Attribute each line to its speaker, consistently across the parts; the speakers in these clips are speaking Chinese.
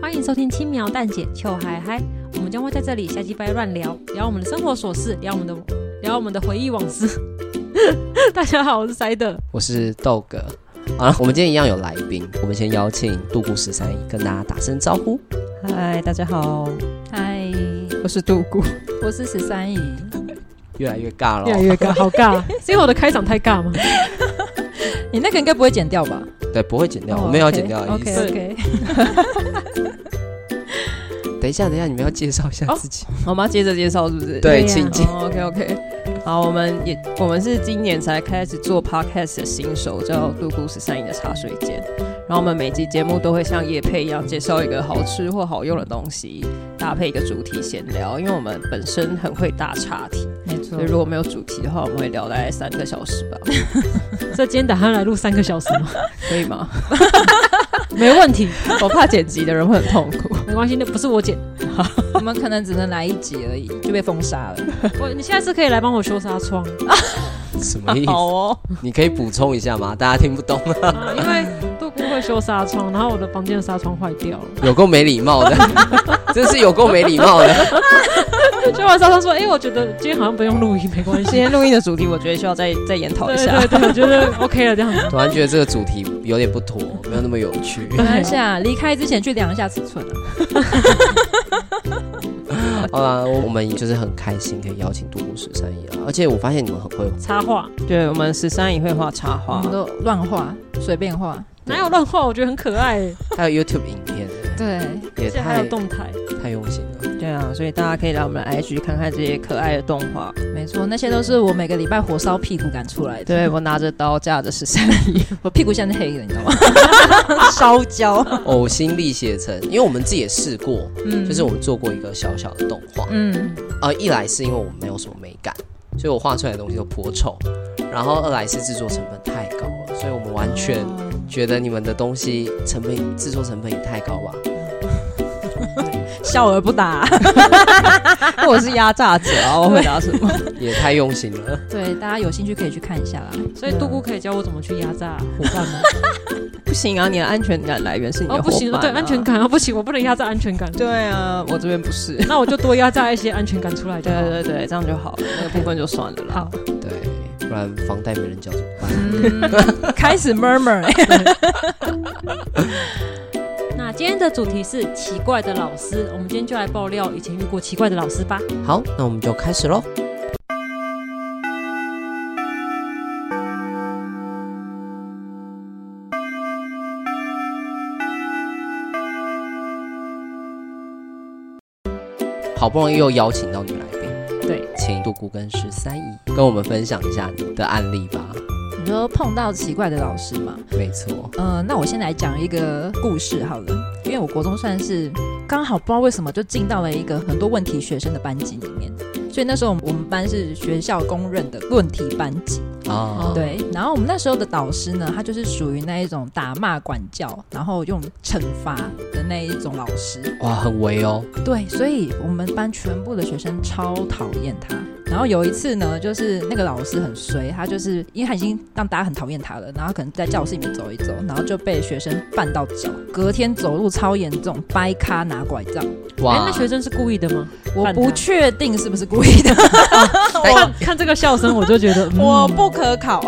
Speaker 1: 欢迎收听轻描淡写秋嗨嗨，我们将会在这里瞎鸡掰乱聊，聊我们的生活琐事，聊我们的聊我们的回忆往事。 大家好，我是塞德。
Speaker 2: 我是豆哥。好了，我们今天一样有来宾，我们先邀请杜姑十三姨跟大家打声招呼。
Speaker 3: 嗨，大家好，
Speaker 4: 嗨，
Speaker 3: 我是杜姑，
Speaker 4: 我是十三 姨。
Speaker 2: 越来越尬了，哦
Speaker 1: 越来越尬，好尬，是因为我的开场太 尬吗？
Speaker 4: 你那个应该不会剪掉吧？
Speaker 2: 对，不会剪掉，
Speaker 4: 哦
Speaker 2: 我没有要剪掉的意
Speaker 4: OK
Speaker 2: 思。
Speaker 4: OK，
Speaker 2: 等一下，等一下，你们要介绍一下
Speaker 4: 哦
Speaker 2: 自己。
Speaker 3: 我们要接着介绍是不
Speaker 2: 对，
Speaker 3: 是？
Speaker 1: 对呀
Speaker 2: 请进。
Speaker 3: 哦，OK OK，好，我们也我们是今年才开始做 podcast 的新手，叫《杜姑十三姨的茶水间》，然后我们每集节目都会像叶配一样介绍一个好吃或好用的东西，搭配一个主题闲聊，因为我们本身很会搭岔题，
Speaker 4: 没错
Speaker 3: 所以。如果没有主题的话，我们会聊大概三个小时吧，
Speaker 1: 这今天打算来录三个小时吗？
Speaker 3: 可以吗？
Speaker 1: 没问题，
Speaker 3: 我怕剪辑的人会很痛苦。
Speaker 1: 没关系，那不是我剪。
Speaker 4: 我们可能只能来一集而已，就被封杀了。
Speaker 1: 我你下次可以来帮我修纱窗、
Speaker 2: 什么意思？
Speaker 3: 好 哦，
Speaker 2: 你可以补充一下吗？大家听不懂，
Speaker 1: 啊，因为杜姑会修纱窗，然后我的房间的纱窗坏掉了。
Speaker 2: 有够没礼貌 的，真是有够没礼貌的。
Speaker 1: 修完纱窗说：“哎、我觉得今天好像不用录音，没关
Speaker 3: 今
Speaker 1: 系。
Speaker 3: 天录音的主题，我觉得需要再再研”讨
Speaker 1: 对
Speaker 3: 一下。
Speaker 1: 对对，我觉得 OK 了，这样。
Speaker 2: 突然觉得这个主题有点不妥，没有那么有趣。
Speaker 4: 等一下，啊离开之前去量一下尺寸啊。
Speaker 2: 好啦，我我们就是很开心可以邀请杜姑十三姨啊，而且我发现你们很会
Speaker 1: 插画
Speaker 3: 对，我们十三也会画插
Speaker 4: 我
Speaker 3: 画
Speaker 4: 们，都乱画，随便画。
Speaker 1: 哪有乱画？我觉得很可爱、欸，
Speaker 2: 还有 YouTube 影片，
Speaker 4: 对，
Speaker 2: 也
Speaker 1: 而且还
Speaker 2: 太
Speaker 1: 有动态。
Speaker 3: 啊
Speaker 2: 太用心了。
Speaker 3: 对啊，所以大家可以来我们的 IG 看看这些可爱的动画。
Speaker 4: 没错，那些都是我每个礼拜火烧屁股赶出来的。
Speaker 3: 对我拿着刀架着十三姨
Speaker 4: 我屁股现在是黑的，你知道吗？
Speaker 3: 烧焦，
Speaker 2: 呕心沥血成，因为我们自己也试过，
Speaker 4: 嗯
Speaker 2: 就是我们做过一个小小的动画，
Speaker 4: 嗯，
Speaker 2: 呃，一来是因为我们没有什么美感，所以我画出来的东西都颇丑，然后二来是制作成本太高了，所以我们完全觉得你们的东西成本制作成本也太高吧？
Speaker 3: 笑而不答。我是压榨者啊，我回答什么？
Speaker 2: 也太用心了。
Speaker 4: 对，大家有兴趣可以去看一下啦。
Speaker 1: 所以杜姑可以教我怎么去压榨伙伴 吗？
Speaker 3: 不行啊，你的安全感来源是你的、
Speaker 1: 哦，不行，对安全。感啊，不行，我不能压榨安全感。
Speaker 3: 对啊，我这边不是。
Speaker 1: 那我就多压榨一些安全感出来就
Speaker 3: 对
Speaker 1: 好。
Speaker 3: 对对，这样就好了，那个部分就算了啦。
Speaker 1: 好，
Speaker 2: 对，不然房贷没人交怎么办？
Speaker 3: 开始 murmur，、欸、
Speaker 1: 那今天的主题是奇怪的老师，我们今天就来爆料以前遇过奇怪的老师吧。
Speaker 2: 好，那我们就开始喽。好不容易又邀请到女来宾，
Speaker 1: 对，
Speaker 2: 请杜姑跟十三姨跟我们分享一下你的案例吧。
Speaker 4: 你说碰到奇怪的老师嘛？
Speaker 2: 没错，
Speaker 4: 呃，那我先来讲一个故事好了，因为我国中算是刚好不知道为什么就进到了一个很多问题学生的班级里面，所以那时候我们我们班是学校公认的问题班级。
Speaker 2: 啊，
Speaker 4: 对，然后我们那时候的导师呢，他就是属于那一种打骂管教，然后用惩罚的那一种老师。
Speaker 2: 哇，很围哦，
Speaker 4: 对，所以我们班全部的学生超讨厌他。然后有一次呢，就是那个老师很衰，他就是因为他已经让大家很讨厌他了，然后可能在教室里面走一走，然后就被学生绊到脚，隔天走路超严重，掰咖拿拐杖。
Speaker 1: 哎、
Speaker 2: 哇，
Speaker 1: 那学生是故意的吗？
Speaker 4: 我
Speaker 1: 绊他
Speaker 4: 不确定是不是故意的，
Speaker 1: 看看这个笑声，我就觉得、嗯、
Speaker 3: 哎我不可考。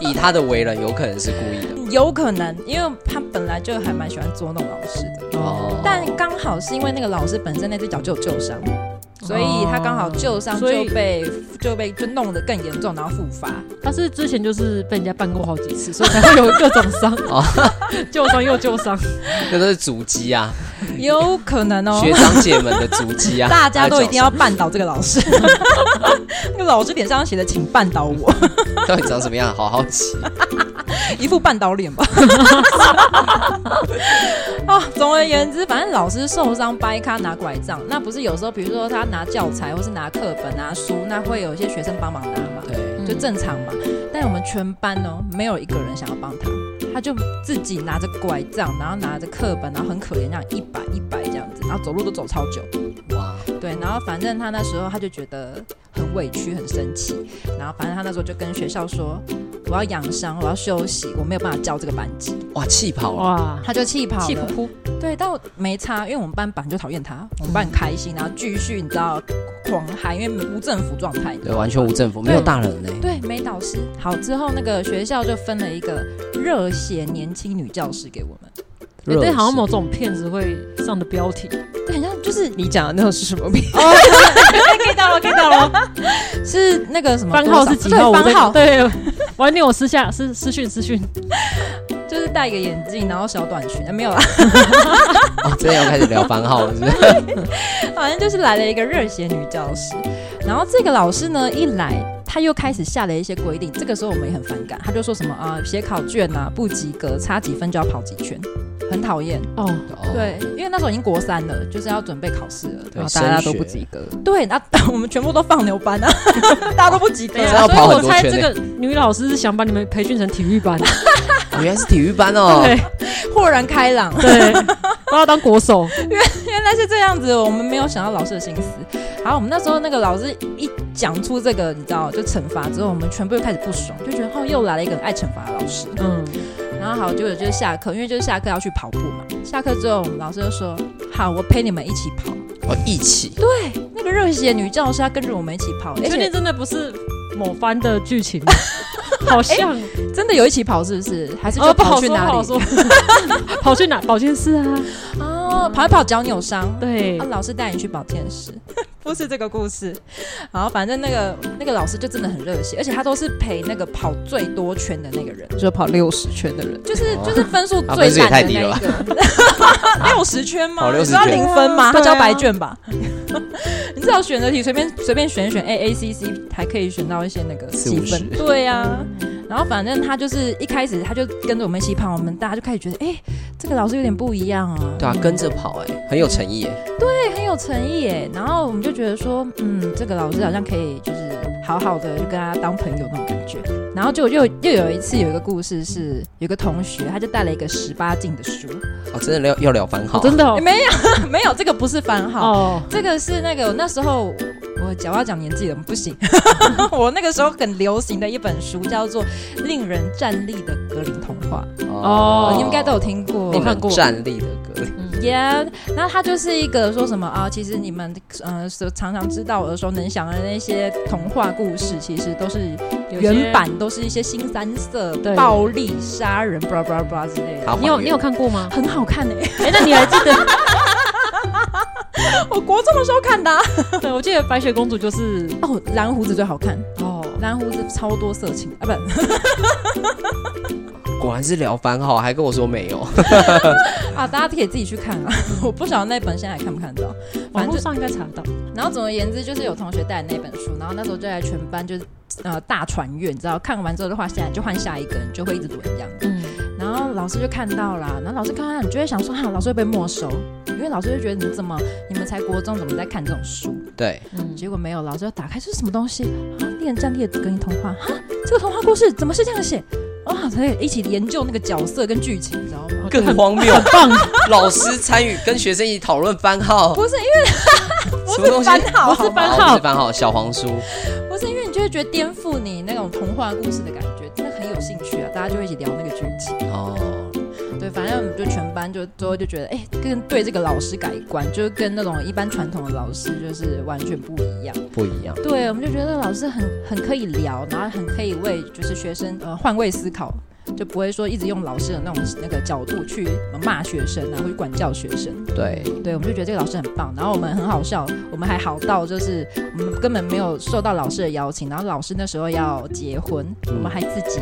Speaker 2: 以他的为人，有可能是故意的
Speaker 4: 有可能，因为他本来就还蛮喜欢捉弄老师的。
Speaker 2: 哦。
Speaker 4: 但刚好是因为那个老师本身那只脚就有旧伤，
Speaker 1: 哦，
Speaker 4: 所以他刚好旧伤
Speaker 1: 所以
Speaker 4: 就被就被就弄得更严重，然后复 发。
Speaker 1: 他是之前就是被人家绊过好几次，所以才会有各种 伤
Speaker 2: 哦，
Speaker 1: 旧伤又旧伤。
Speaker 2: 那都是足迹啊，
Speaker 4: 有可能哦，
Speaker 2: 学长姐们的足迹啊，
Speaker 4: 大家都一定要
Speaker 2: 在
Speaker 4: 绊倒这个 老师。那个老师脸上写的“请绊 倒我
Speaker 2: 脚上 到底长什么样？好好奇，”，
Speaker 4: 一副绊倒 脸吧。啊，总而言之，反正老师受伤掰咖拿拐杖，那不是有时候，比如说他拿教材或是拿课本、拿书，那会有一些学生帮忙拿嘛。
Speaker 2: 对，
Speaker 1: 嗯
Speaker 4: 就正常嘛。但我们全班哦，没有一个人想要帮他，他就自己拿着拐杖，然后拿着课本，然后很可怜，这样一摆一摆这样子，然后走路都走超久。
Speaker 2: 哇，
Speaker 4: 对，然后反正他那时候他就觉得很委屈、很生气，然后反正他那时候就跟学校说。我要养伤，我要休息，我没有办法教这个班级，
Speaker 2: 哇，气跑了，
Speaker 1: 哇，
Speaker 4: 他就气跑
Speaker 1: 气噗
Speaker 4: 了。
Speaker 1: 噗，
Speaker 4: 对，但我没差，因为我们班本来就讨厌他，我们班很开心，然后继续你知道狂嗨，因为无政府状态。
Speaker 2: 对，完全无政府，没有大人呢、
Speaker 4: 对，没导师。好，之后那个学校就分了一个热血年轻女教师给我们，
Speaker 1: 哎
Speaker 2: 热
Speaker 1: 这好像
Speaker 2: 死
Speaker 1: 某种骗子会上的标题。
Speaker 4: 对，很像就是
Speaker 3: 你讲的那种是什么病？
Speaker 1: get 到了，get 哦到了，
Speaker 4: 是那个什么
Speaker 1: 番号是几
Speaker 4: 多
Speaker 1: 号？
Speaker 4: 少
Speaker 1: 我
Speaker 4: 对，
Speaker 1: 在
Speaker 4: 番号
Speaker 1: 对，晚点我私下私私讯私讯。
Speaker 4: 就是戴一个眼镜，然后小短裙，啊、没有啦，
Speaker 2: 哦，真的要开始聊番号 了，是不是？
Speaker 4: 好像就是来了一个热血女教师。然后这个老师呢，一来他又开始下了一些规定，这个时候我们也很反感，他就说什么啊，写考卷啊不及格，差几分就要跑几圈，很讨厌。
Speaker 1: 哦，
Speaker 2: 哦，
Speaker 4: 对，因为那时候已经国三了，就是要准备考试了。
Speaker 1: 哦
Speaker 2: 对，
Speaker 3: 大家都
Speaker 2: 升学
Speaker 3: 不及格，
Speaker 4: 对，那 我们全部都放牛班啊， 大家都不及格
Speaker 1: 对
Speaker 2: 等一
Speaker 4: 啊
Speaker 2: 下。要
Speaker 1: 所以
Speaker 2: 跑很
Speaker 1: 我
Speaker 2: 多
Speaker 1: 猜
Speaker 2: 圈
Speaker 1: 这
Speaker 2: 呢
Speaker 1: 个女老师是想把你们培训成体育班，
Speaker 2: 哦原来是体育班哦，
Speaker 1: 对
Speaker 4: 豁然开朗，
Speaker 1: 对，把她当国 手。
Speaker 4: 原来是这样子，我们没有想到老师的心思。好，我们那时候那个老师一讲出这个，你知道，就惩罚之后，我们全部又开始不爽，就觉得哦，又来了一个很爱惩罚的老师。
Speaker 1: 嗯，
Speaker 4: 然后好，结果就是下课，因为就是下课要去跑步嘛。下课之后，我们老师就说：“好，我陪你们一起跑。
Speaker 2: 哦，一起，”
Speaker 4: 那个热血女教师她跟着我们一起跑，而
Speaker 1: 确定
Speaker 4: 且
Speaker 1: 真的不是某番的剧 情，好像
Speaker 4: 真的有一起跑，是不是？还是
Speaker 1: 哦
Speaker 4: 就
Speaker 1: 不好
Speaker 4: 去
Speaker 1: 说，不
Speaker 4: 哪
Speaker 1: 好
Speaker 4: 里？
Speaker 1: 说， 跑去哪？保健室啊，
Speaker 4: 哦，跑一跑脚扭伤。
Speaker 1: 对
Speaker 4: 啊，，老师带你去保健室， 不是这个故事。然后反正那个那个老师就真的很热血，而且他都是陪那个跑最多圈的那个人，
Speaker 3: 就跑六十圈的人，
Speaker 4: 就是
Speaker 2: 哦
Speaker 4: 就是分数
Speaker 2: 啊
Speaker 4: 最
Speaker 2: 分数也
Speaker 4: 烂
Speaker 2: 太
Speaker 4: 的
Speaker 2: 低
Speaker 4: 那
Speaker 2: 了
Speaker 4: 一
Speaker 2: 吧
Speaker 4: 个， 六十圈吗？
Speaker 2: 跑
Speaker 4: 你
Speaker 2: 60
Speaker 4: 知道
Speaker 2: 圈
Speaker 4: 零分吗？他
Speaker 1: 对啊
Speaker 4: 交白卷吧？ 你至少选择题随便随便选一选 A A C C，还可以选到一些那个
Speaker 2: 四
Speaker 4: 积
Speaker 2: 五
Speaker 4: 分
Speaker 2: 十。
Speaker 4: 对呀、啊。然后反正他就是一开始他就跟着我们一起跑，我们大家就开始觉得，哎、这个老师有点不一样啊。
Speaker 2: 对啊，跟着跑哎、很有诚意哎、
Speaker 4: 很有诚意耶。然后我们就觉得说，嗯，这个老师好像可以就是好好的就跟他当朋友那种感觉。然后就又又有一次有一个故事是，有个同学他就带了一个十八禁的书，
Speaker 2: 哦，真的要要聊番号，
Speaker 1: 哦真的哦
Speaker 4: 诶没有没有，这个不是番号，
Speaker 1: 哦，
Speaker 4: 这个是那个那时候。我讲我要讲年纪了，不行。 我那个时候很流行的一本书叫做《令人站立的格林童话》，
Speaker 1: 哦
Speaker 4: 你们应该都有听过。
Speaker 2: 令
Speaker 1: 看
Speaker 2: 人
Speaker 1: 过
Speaker 2: 站立的歌，
Speaker 1: 嗯
Speaker 4: 耶、那他就是一个说什么啊？其实你们呃所常常知道耳熟能详的那些童话故事，其实都是
Speaker 1: 有些
Speaker 4: 原版都是一些新三色、
Speaker 1: 对
Speaker 4: 暴力、杀人、blah blah blah 之类的，
Speaker 2: 好，
Speaker 1: 你有你有看过吗？
Speaker 4: 很好看欸诶、
Speaker 1: 哎，那你还记得？
Speaker 4: 我国中的时候看的、啊、
Speaker 1: 对， 我记得白雪公主就是
Speaker 4: 哦，蓝胡子最好看，
Speaker 1: 哦，
Speaker 4: 蓝胡子超多色情啊，不
Speaker 2: 果然是聊番号，还跟我说没有，
Speaker 4: 啊，大家可以自己去看啊。 我不晓得那本现在还看不看得到，
Speaker 1: 网
Speaker 4: 反
Speaker 1: 络
Speaker 4: 正就
Speaker 1: 上应该查得到。
Speaker 4: 然后总而言之，就是有同学带的那本书，然后那时候就在全班就是呃大传阅，你知道，看完之后的话，下就换下一个，你就会一直轮这样子。
Speaker 1: 嗯，
Speaker 4: 然后老师就看到啦，然后老师看到你就会想说，哈，老师会被没收，因为老师就觉得你怎么你们才国中怎么在看这种书？
Speaker 2: 对，
Speaker 1: 嗯
Speaker 4: 结果没有，老师就打开这是什么东西啊？《恋战列子跟你童话》哈，这个童话故事怎么是这样写？哦哇，所以一起研究那个角色跟剧情，你知道吗？
Speaker 2: 更荒谬，棒，老师参与跟学生一起讨论番号，
Speaker 4: 不是因
Speaker 2: 什么东西？
Speaker 4: 为番号，好
Speaker 1: 不是
Speaker 4: 吗
Speaker 1: 番
Speaker 2: 哦
Speaker 1: 号
Speaker 2: 不是番号，小黄书，
Speaker 4: 不是因为你就会觉得颠覆你那种童话故事的感觉，真的很有兴趣啊！大家就会一起聊那个剧情。
Speaker 2: 哦，
Speaker 4: 对，反正我们就全班就最后就觉得，哎、跟对这个老师改观，就是跟那种一般传统的老师就是完全不一样。
Speaker 2: 不一样，
Speaker 4: 对，我们就觉得老师很很可以聊，然后很可以为就是学生呃换位思考，就不会说一直用老师的那种那个角度去骂学生啊，或者管教学生。
Speaker 2: 对，
Speaker 4: 对，我们就觉得这个老师很棒。然后我们很好笑，我们还好到就是我们根本没有受到老师的邀请，然后老师那时候要结婚，
Speaker 2: 嗯
Speaker 4: 我们还自己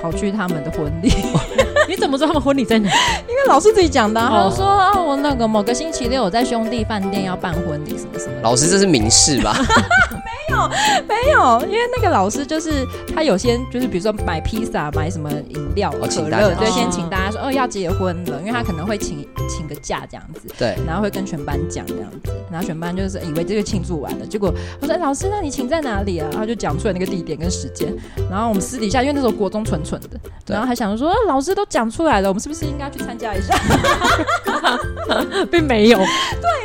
Speaker 4: 跑去他们的婚礼，
Speaker 1: 你怎么知道他们婚礼在哪？
Speaker 4: 因为老师自己讲的啊、
Speaker 1: 哦
Speaker 4: 他就说啊，我那个某个星期六我在兄弟饭店要办婚礼什么什么的。
Speaker 2: 老师这是明示 吧？
Speaker 4: 没有，因为那个老师就是他有些就是比如说买披萨、买什么饮料、
Speaker 2: 哦
Speaker 4: 可
Speaker 2: 请大家
Speaker 4: 乐，对，
Speaker 1: 哦
Speaker 4: 先请大家说哦要结婚了，因为他可能会请请个假这样子。
Speaker 2: 对，
Speaker 4: 然后会跟全班讲这样子，然后全班就是以为这个庆祝完了，结果我说、哎老师，那你请在哪里啊？他就讲出来那个地点跟时间，然后我们私底下因为那时候国中蠢蠢的，
Speaker 2: 对
Speaker 4: 然后还想说、啊老师都讲出来了，我们是不是应该去参加 一下？
Speaker 1: 并没有，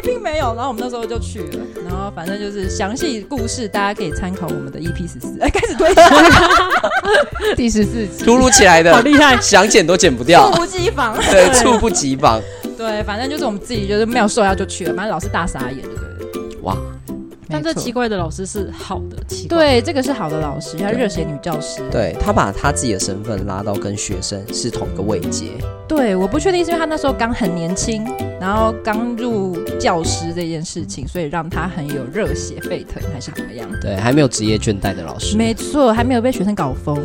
Speaker 4: 并没有，然后我们那时候就去了，然后反正就是详细故事大家可以参考我们的 EP 十四，哎，开始推荐
Speaker 3: 第十四集，
Speaker 2: 突如其来
Speaker 1: 好
Speaker 2: 的，
Speaker 1: 厉害。
Speaker 2: 想剪都剪不 掉，
Speaker 4: 猝不及防，
Speaker 2: 对，猝不及防，
Speaker 4: 对，反正就是我们自己就是没有受邀就去了，反正老师大傻眼，对不对了？
Speaker 2: 哇，
Speaker 1: 但这
Speaker 4: 没错
Speaker 1: 奇怪的老师是好的奇怪，
Speaker 4: 对这个是好的老师，她热血女教师，
Speaker 2: 对他把他自己的身份拉到跟学生是同一个位阶，
Speaker 4: 对，我不确定是因为他那时候刚很年轻，然后刚入教师这件事情，所以让他很有热血沸腾，还是怎么样？
Speaker 2: 对，还没有职业倦怠的老师，
Speaker 4: 没错，还没有被学生搞疯。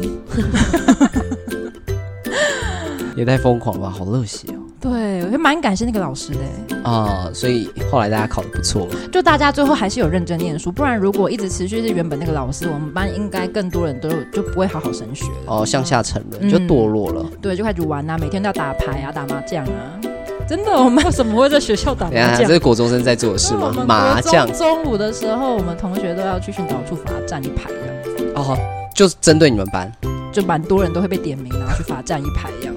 Speaker 2: 也太疯狂了吧，好热血哦
Speaker 4: 对，我就蛮感谢那个老师的欸，
Speaker 2: 啊、所以后来大家考得不错嘛，
Speaker 4: 就大家最后还是有认真念书，不然如果一直持续是原本那个老师，我们班应该更多人都就不会好好升学了。
Speaker 2: 哦，向下沉沦就
Speaker 4: 嗯
Speaker 2: 堕落了。
Speaker 4: 对，就开始玩啊，每天都要打牌啊，打麻将啊，真的，我们
Speaker 1: 为什么会在学校打
Speaker 2: 等一下
Speaker 1: 麻
Speaker 2: 哎这
Speaker 1: 将？
Speaker 2: 是国中生在做的事
Speaker 4: 因为哦我
Speaker 2: 吗？
Speaker 4: 们
Speaker 2: 麻
Speaker 4: 国
Speaker 2: 将
Speaker 4: 中中午的时候，我们同学都要去训导处罚站一排这样子，
Speaker 2: 哦，就是针对你们班，
Speaker 4: 就蛮多人都会被点名，然后去罚站一排这样
Speaker 2: 哦
Speaker 4: 子。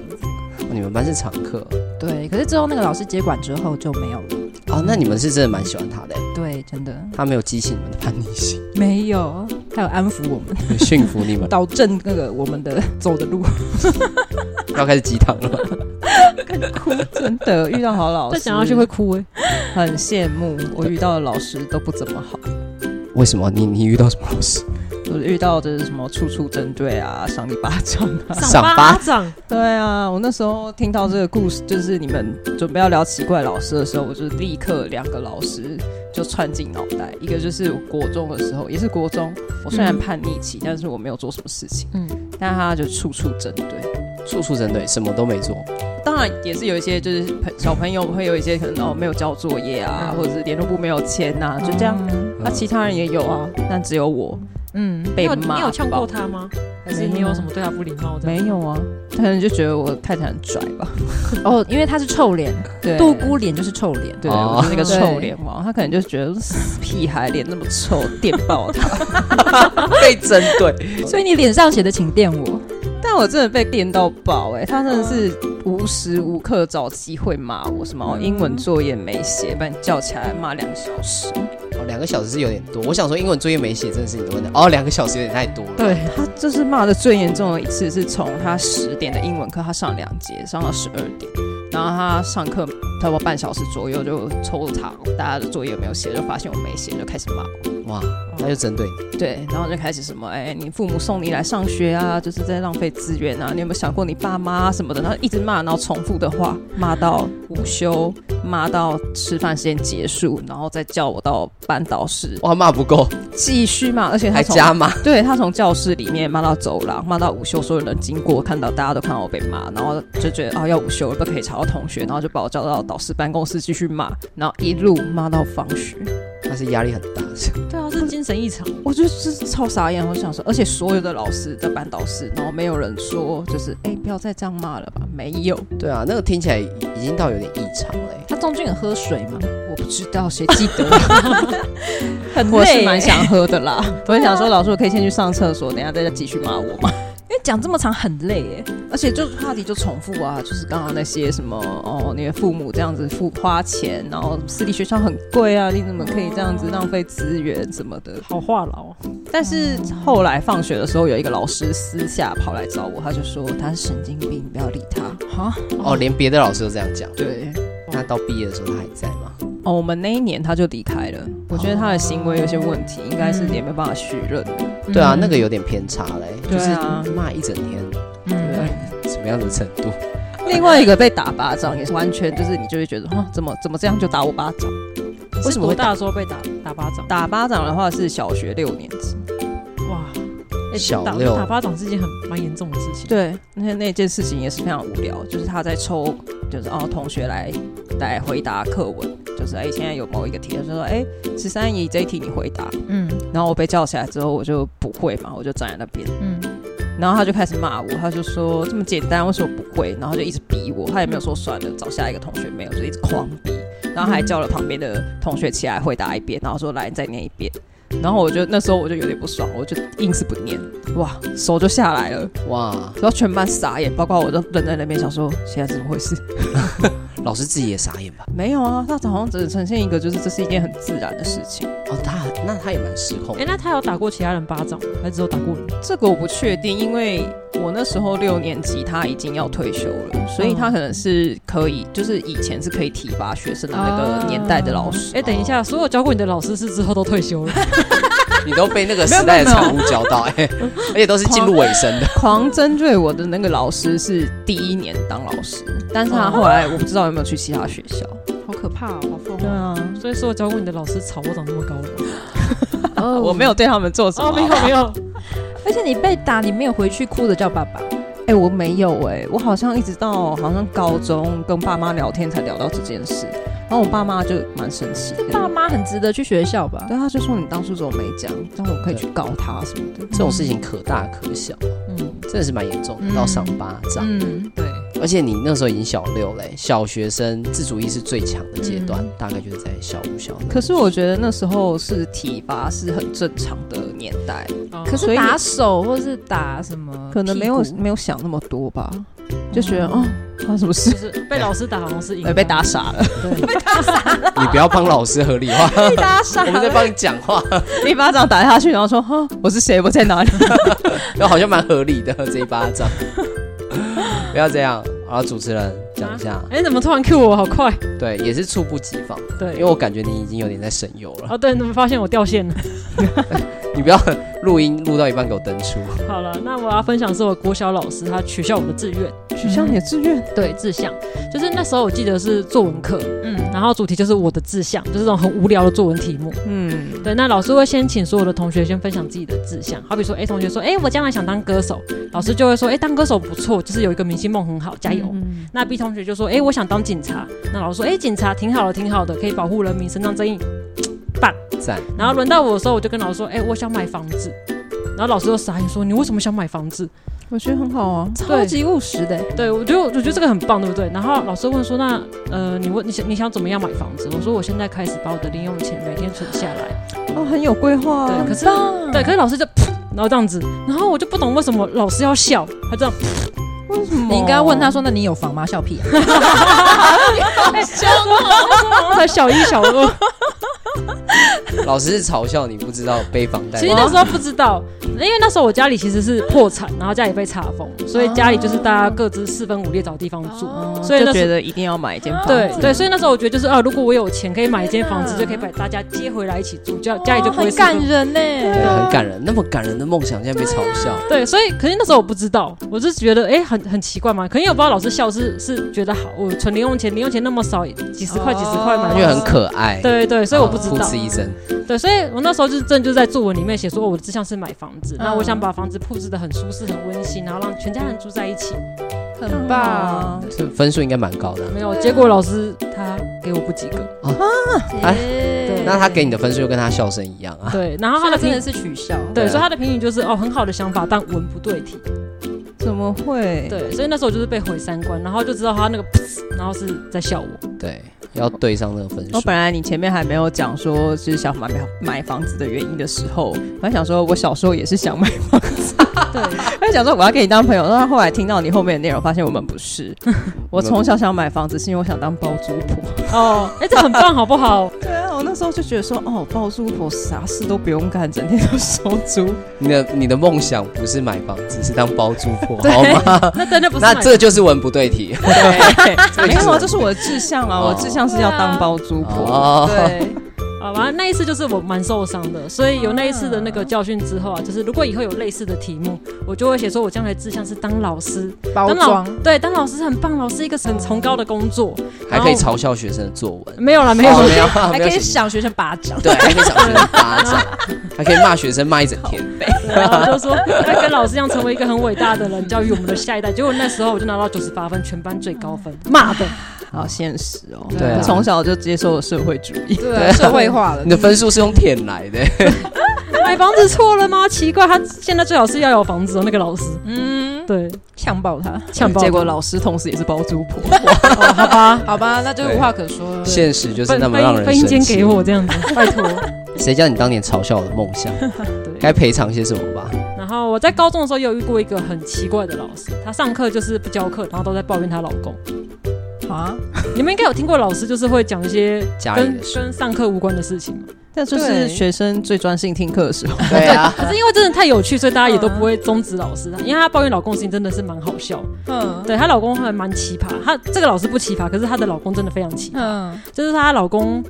Speaker 2: 你们班是常客
Speaker 4: 对，可是之后那个老师接管之后就没有了。
Speaker 2: 哦，那你们是真的蛮喜欢他的欸，
Speaker 4: 对，真的
Speaker 2: 他没有激起你们的叛逆 心，
Speaker 4: 没有，还有安抚我们，
Speaker 2: 没有驯服你们，
Speaker 4: 导正那个我们的走的路。
Speaker 2: 要开始鸡汤了。
Speaker 3: 真的遇到好老
Speaker 1: 再
Speaker 3: 师，
Speaker 1: 讲下去会哭哎、
Speaker 3: 很羡慕。我遇到的老师都不怎么好，
Speaker 2: 为什么你你遇到什么老师？
Speaker 3: 我遇到的是什么处处针对啊，赏你巴掌 啊。
Speaker 2: 赏巴
Speaker 1: 掌，
Speaker 3: 对啊，我那时候听到这个故事，就是你们准备要聊奇怪老师的时候，我就立刻两个老师就窜进脑袋，一个就是我国中的时候，也是国中，我虽然叛逆期，但是我没有做什么事情，
Speaker 1: 嗯
Speaker 3: 嗯，但他就处处针对。
Speaker 2: 处处针对，什么都没做，
Speaker 3: 当然也是有一些就是朋小朋友会有一些可能哦没有交作业啊，
Speaker 1: 嗯
Speaker 3: 或者是联络部没有签呐、就这样。那、其他人也有啊，但只有我
Speaker 4: 嗯，嗯，
Speaker 1: 你
Speaker 3: 被
Speaker 1: 有
Speaker 3: 骂。
Speaker 1: 你有呛过？他吗？还是你有什么对他不礼貌的？
Speaker 3: 没有啊，他可能就觉得我看起来很拽吧。
Speaker 4: 哦，因为他是臭脸，
Speaker 3: 对，
Speaker 4: 杜姑脸就是臭脸。
Speaker 3: 对，
Speaker 2: 哦
Speaker 3: 我就是一个臭
Speaker 4: 对
Speaker 3: 脸王，他可能就觉得死屁孩脸那么臭，电爆他。
Speaker 2: 被针对，
Speaker 4: 所以你脸上写的请电我，
Speaker 3: 但我真的被电到爆哎、他真的是无时无刻找机会骂我，什么、哦英文作业没写，把你叫起来骂两个小时。
Speaker 2: 哦，两个小时是有点多。我想说，英文作业没写，真的是你的问题。哦，两个小时有点太多了。
Speaker 3: 对他就是骂的最严重的一次，是从他十点的英文课，他上两节，上到十二点，然后他上课差不多半小时左右就抽查大家的作业有没有写，就发现我没写，就开始骂我。
Speaker 2: 哇，他就针对你，
Speaker 3: 对，然后就开始什么，哎、你父母送你来上学啊，就是在浪费资源啊，你有没有想过你爸妈、啊、什么的？然后一直骂，然后重复的话，骂到午休，骂到吃饭时间结束，然后再叫我到班导室
Speaker 2: 哇，骂不够，
Speaker 3: 继续骂，而且他
Speaker 2: 还
Speaker 3: 从
Speaker 2: 加骂，
Speaker 3: 对他从教室里面骂到走廊，骂到午休，所有人经过看到大家都看到我被骂，然后就觉得哦要午休了，不可以吵到同学，然后就把我叫到导师办公室继续骂，然后一路骂到放学，
Speaker 2: 他是压力很大。
Speaker 1: 对啊，是精神异常。
Speaker 3: 我就是超傻眼，我想说，而且所有的老师在班导师，然后没有人说就是哎、不要再这样骂了吧，没有，
Speaker 2: 对啊，那个听起来已经到有点异常了欸。
Speaker 4: 他中间有喝水吗？
Speaker 3: 我不知道谁记得，
Speaker 4: 很
Speaker 3: 我
Speaker 4: 累
Speaker 3: 是
Speaker 4: 欸
Speaker 3: 蛮想喝的 啦，我也想说老师我可以先去上厕所，等一下再继续骂我嘛。
Speaker 4: 因为讲这么长很累耶。
Speaker 3: 而且就是话题就重复啊，就是刚刚那些什么哦，你的父母这样子付花钱，然后私立学校很贵啊，你怎么可以这样子浪费资源什么的。
Speaker 1: 好话痨，哦
Speaker 3: 但是后来放学的时候，有一个老师私下跑来找我，他就说他是神经病，不要理他。
Speaker 4: 哈，
Speaker 2: 哦，连别的老师都这样讲。
Speaker 3: 对，
Speaker 2: 那到毕业的时候他还在吗？
Speaker 3: 哦，我们那一年他就离开了。我觉得他的行为有些问题，应该是也没办法续任的。
Speaker 2: 嗯对啊，那个有点偏差嘞，就
Speaker 3: 对
Speaker 2: 是
Speaker 3: 啊
Speaker 2: 骂一整天，
Speaker 4: 嗯，
Speaker 3: 对
Speaker 4: 对，
Speaker 2: 么样的程度。
Speaker 3: 另外一个被打巴掌也是完全就是你就会觉得，哦，怎么怎么这样就打我巴掌？
Speaker 1: 你
Speaker 2: 为
Speaker 1: 是
Speaker 2: 什么会
Speaker 1: 多大的时候被打打巴掌？
Speaker 3: 打巴掌的话是小学六年级，
Speaker 1: 哇，欸
Speaker 2: 小
Speaker 1: 打
Speaker 2: 六
Speaker 1: 打巴掌是一件很蛮严重的事情。
Speaker 3: 对，那那件事情也是非常无聊，就是他在抽，就是哦，同学来来回答课文，就是哎，现在有某一个题，他说哎，十三姨这一题你回答，
Speaker 4: 嗯
Speaker 3: 然后我被叫起来之后，我就不会嘛，我就站在那边，
Speaker 4: 嗯，
Speaker 3: 然后他就开始骂我，他就说这么简单为什么不会，然后他就一直逼我，他也没有说算了，找下一个同学没有，就一直狂逼，然后还叫了旁边的同学起来回答一遍，然后说来你再念一遍，然后我就那时候我就有点不爽，我就硬是不念，哇，手就下来了。
Speaker 2: 哇，
Speaker 3: 然后全班傻眼，包括我都愣在那边，想说现在怎么回事？
Speaker 2: 老师自己也傻眼吧？
Speaker 3: 没有啊，他好像只呈现一个，就是这是一件很自然的事情。
Speaker 2: 哦，他那他也蛮失控
Speaker 1: 哎、
Speaker 2: 的。
Speaker 1: 那他有打过其他人巴掌吗？还是只有打过你？
Speaker 3: 这个我不确定，因为我那时候六年级，他已经要退休了，所以他可能是可以，就是以前是可以提拔学生的那个年代的老师。
Speaker 1: 哎、等一下，所有教过你的老师是之后都退休了，
Speaker 2: 你都被那个时代的产物教到，哎、而且都是进入尾声的。
Speaker 3: 哎狂针对我的那个老师是第一年当老师，但是他后来我不知道有没有去其他学校。
Speaker 4: 好可怕哦，好疯哦！
Speaker 3: 啊，
Speaker 1: 所以所有教过你的老师吵我长那么高了。
Speaker 4: 哦
Speaker 3: 我没有对他们做什么。
Speaker 1: 哦，没有没有，
Speaker 4: 而且你被打，你没有回去哭着叫爸爸，
Speaker 3: 哎、我没有哎、我好像一直到好像高中跟爸妈聊天才聊到这件事，然后我爸妈就蛮生气
Speaker 4: 爸
Speaker 3: 的，
Speaker 4: 妈很值得去学校吧？
Speaker 3: 对，他就说你当初怎么没讲，但我可以去告他什么的。
Speaker 2: 这种事情可大可小，
Speaker 1: 嗯，
Speaker 2: 真的是蛮严重的，
Speaker 4: 嗯
Speaker 2: 到上巴掌。
Speaker 4: 嗯，
Speaker 1: 对，
Speaker 2: 而且你那时候已经小六嘞、小学生自主意识最强的阶段，大概就是在小五、小 六。
Speaker 3: 可是我觉得那时候是体罚是很正常的年代，
Speaker 1: 哦
Speaker 4: 可
Speaker 3: 所
Speaker 4: 是
Speaker 3: 以
Speaker 4: 打手或是打什么，
Speaker 3: 可能没有没有想那么多吧，就觉得哦，发生什么事
Speaker 1: 就？是被老师打好像是赢，
Speaker 3: 哎被打傻 了，
Speaker 2: 你不要帮老师合理化，
Speaker 3: 被打傻
Speaker 2: 我们在帮你讲话，
Speaker 3: 一巴掌打下去，然后说哈，我是谁？我在 哪里？
Speaker 2: 那好像蛮合理的 这一巴掌。不要这样，然后主持人讲一下，
Speaker 1: 哎、怎么突然 Q 我？好快！
Speaker 2: 对，也是猝不及防，因
Speaker 1: 对
Speaker 2: 为，我感觉你已经有点在省油了。
Speaker 1: 哦，对，你们发现我掉线了。
Speaker 2: 你不要录音录到一半给我登出，
Speaker 1: 好了，那我要分享是我国小老师他取消我的志愿，
Speaker 3: 取消你的志愿，
Speaker 1: 对，志向，就是那时候我记得是作文课，
Speaker 4: 嗯，
Speaker 1: 然后主题就是我的志向，就是这种很无聊的作文题目。
Speaker 3: 嗯，
Speaker 1: 对，那老师会先请所有的同学先分享自己的志向，好比说，哎，同学说，哎，我将来想当歌手，老师就会说，哎，当歌手不错，就是有一个明星梦很好，加油。
Speaker 4: 嗯
Speaker 1: 那 B 同学就说，哎，我想当警察，那老师说，哎，警察挺好的，挺好的，可以保护人民，伸张正义。
Speaker 2: 赞。
Speaker 1: 然后轮到我的时候，我就跟老师说，哎，我想买房子。然后老师就傻眼说，你为什么想买房子？
Speaker 3: 我觉得很好啊。
Speaker 4: 超级务实的，
Speaker 1: 对，我就我觉得这个很棒，对不对？然后老师问说，那呃，你问你想你想怎么样买房子？我说我现在开始把我的零用钱每天存下来。
Speaker 3: 哦，很有规划啊
Speaker 1: 对，。可是对，可是老师就 噗，然后这样子，然后我就不懂为什么老师要笑，他这样，
Speaker 3: 为什么？
Speaker 4: 你应该问他说：“那你有房吗？”笑屁啊！
Speaker 1: 他小一小二，
Speaker 2: 老师是嘲笑你不知道背房贷
Speaker 1: 其实那时候不知道，因为那时候我家里其实是破产，然后家里被查封，所以家里就是大家各自四分五裂找地方住，所以
Speaker 3: 哦就
Speaker 1: 那
Speaker 3: 觉
Speaker 1: 时候。
Speaker 3: 得一定要买一间房子。啊
Speaker 1: 对对，所以那时候我觉得就是啊，如果我有钱可以买一间房子，
Speaker 3: 天
Speaker 1: 就可
Speaker 3: 哪
Speaker 1: 以把大家接回来一起住，家
Speaker 3: 哦
Speaker 1: 家里就不会
Speaker 4: 很
Speaker 1: 四分
Speaker 4: 感人呢。
Speaker 2: 对，很感人。那么感人的梦想竟然被嘲笑，
Speaker 1: 对，啊所以可是那时候我不知道，我就觉得哎、很很奇怪嘛。可能我不知道老师笑是是觉得好，我存零用钱，零用钱那么少，几十块几十块买
Speaker 4: 哦
Speaker 1: 房子，
Speaker 2: 因为很可哦爱。
Speaker 1: 对对，所以我不知
Speaker 2: 噗
Speaker 1: 道
Speaker 2: 嗤。一声，
Speaker 1: 对，所以我那时候就是真的就在作文里面写说，哦我的志向是买房子，那、
Speaker 4: 嗯
Speaker 1: 我想把房子布置的很舒适、很温馨，然后让全家人住在一起。
Speaker 4: 很棒，
Speaker 2: 这分数应该蛮高的啊。
Speaker 1: 没有，结果老师他给我不及格。
Speaker 2: 啊
Speaker 4: 哎对
Speaker 2: 那他给你的分数就跟他笑声一样啊。
Speaker 1: 对，然后他
Speaker 4: 他
Speaker 1: 的
Speaker 4: 的
Speaker 1: 评
Speaker 4: 真的是取笑，
Speaker 1: 对，
Speaker 2: 对啊
Speaker 1: 所以他的评语就是哦，很好的想法，但文不对题。
Speaker 3: 怎么会？
Speaker 1: 对，所以那时候我就是被毁三观，然后就知道他那个噗嗤，然后是在笑我。
Speaker 2: 对，要对上那个分
Speaker 3: 我
Speaker 2: 数。
Speaker 3: 哦本来你前面还没有讲说就是想买买房子的原因的时候，我还想说我小时候也是想买房子，
Speaker 1: 对，
Speaker 3: 我还想说我要跟你当朋友。但后来听到你后面的内容，发现我们不 是。我从小想买房子是因为我想当包租婆。
Speaker 1: 哦，哎、这很棒，好不好？
Speaker 3: 对啊，我那时候就觉得说，哦，包租婆啥事都不用干，整天都收租。
Speaker 2: 你的你的梦想不是买房子，是当包租婆，
Speaker 1: 对
Speaker 2: 好吗？
Speaker 1: 那真的不是
Speaker 2: 那
Speaker 1: 买
Speaker 2: 这就是文不对题。
Speaker 3: 对，
Speaker 2: 个
Speaker 3: 没
Speaker 2: 就是
Speaker 3: 有啊，这是我的志向啊，
Speaker 2: 哦
Speaker 3: 我的志向是要当包租婆。
Speaker 2: 哦，
Speaker 3: 对，
Speaker 1: 啊，完了那一次就是我蛮受伤的，所以有那一次的那个教训之后啊，就是如果以后有类似的题目，我就会写说我将来志向是当老师，
Speaker 4: 包
Speaker 1: 当老
Speaker 4: 装，
Speaker 1: 对，当老师很棒，老师一个很崇高的工作，
Speaker 2: 还可以嘲笑学生的作文，
Speaker 1: 没有啦，没有
Speaker 2: 哦
Speaker 1: 啦，
Speaker 2: 没有，
Speaker 4: 还
Speaker 2: 没
Speaker 4: 可
Speaker 2: 有
Speaker 4: 以
Speaker 2: 写
Speaker 4: 赏学生巴掌。
Speaker 2: 对，还可以赏学生巴 掌，还可以骂学生骂一整天。
Speaker 1: 然后就说要跟老师一样成为一个很伟大的人，教育我们的下一代。结果那时候我就拿到九十八分，全班最高分，骂的。
Speaker 3: 好现实哦。
Speaker 2: 对啊
Speaker 3: 我从小就接受了社会主义。
Speaker 4: 对，社会化了
Speaker 2: 你。的分数是用舔来的，
Speaker 1: 买房子哎错了吗？奇怪，他现在最好是要有房子哦，那个老师。
Speaker 4: 嗯，
Speaker 1: 对，
Speaker 4: 呛爆他。
Speaker 1: 呛爆。
Speaker 3: 结果老师同时也是包租婆，
Speaker 1: 哦好吧，
Speaker 4: 啊好吧，那就无话可说了。
Speaker 2: 现实就是
Speaker 1: 分
Speaker 2: 那么让人
Speaker 1: 分一
Speaker 2: 生
Speaker 1: 间
Speaker 2: 气
Speaker 1: 给。我这样子，拜托。
Speaker 2: 谁叫你当年嘲笑我的梦想？
Speaker 1: 对。
Speaker 2: 该赔偿些什么吧？
Speaker 1: 然后我在高中的时候也有遇过一个很奇怪的老师，她上课就是不教课，然后都在抱怨她老公。
Speaker 4: 啊，
Speaker 1: 你们应该有听过老师就是会讲一些
Speaker 2: 家里
Speaker 1: 跟
Speaker 2: 的事。
Speaker 1: 跟上课无关的事情嘛？
Speaker 3: 但就是
Speaker 4: 对
Speaker 3: 学生最专心听课的时候，
Speaker 2: 对啊，
Speaker 1: 可是因为真的太有趣，所以大家也都不会终止老师的，因为她抱怨老公的事情真的是蛮好笑。
Speaker 4: 嗯
Speaker 1: 对她老公还蛮奇葩，她这个老师不奇葩，可是她的老公真的非常奇葩。
Speaker 4: 嗯，
Speaker 1: 就是她老公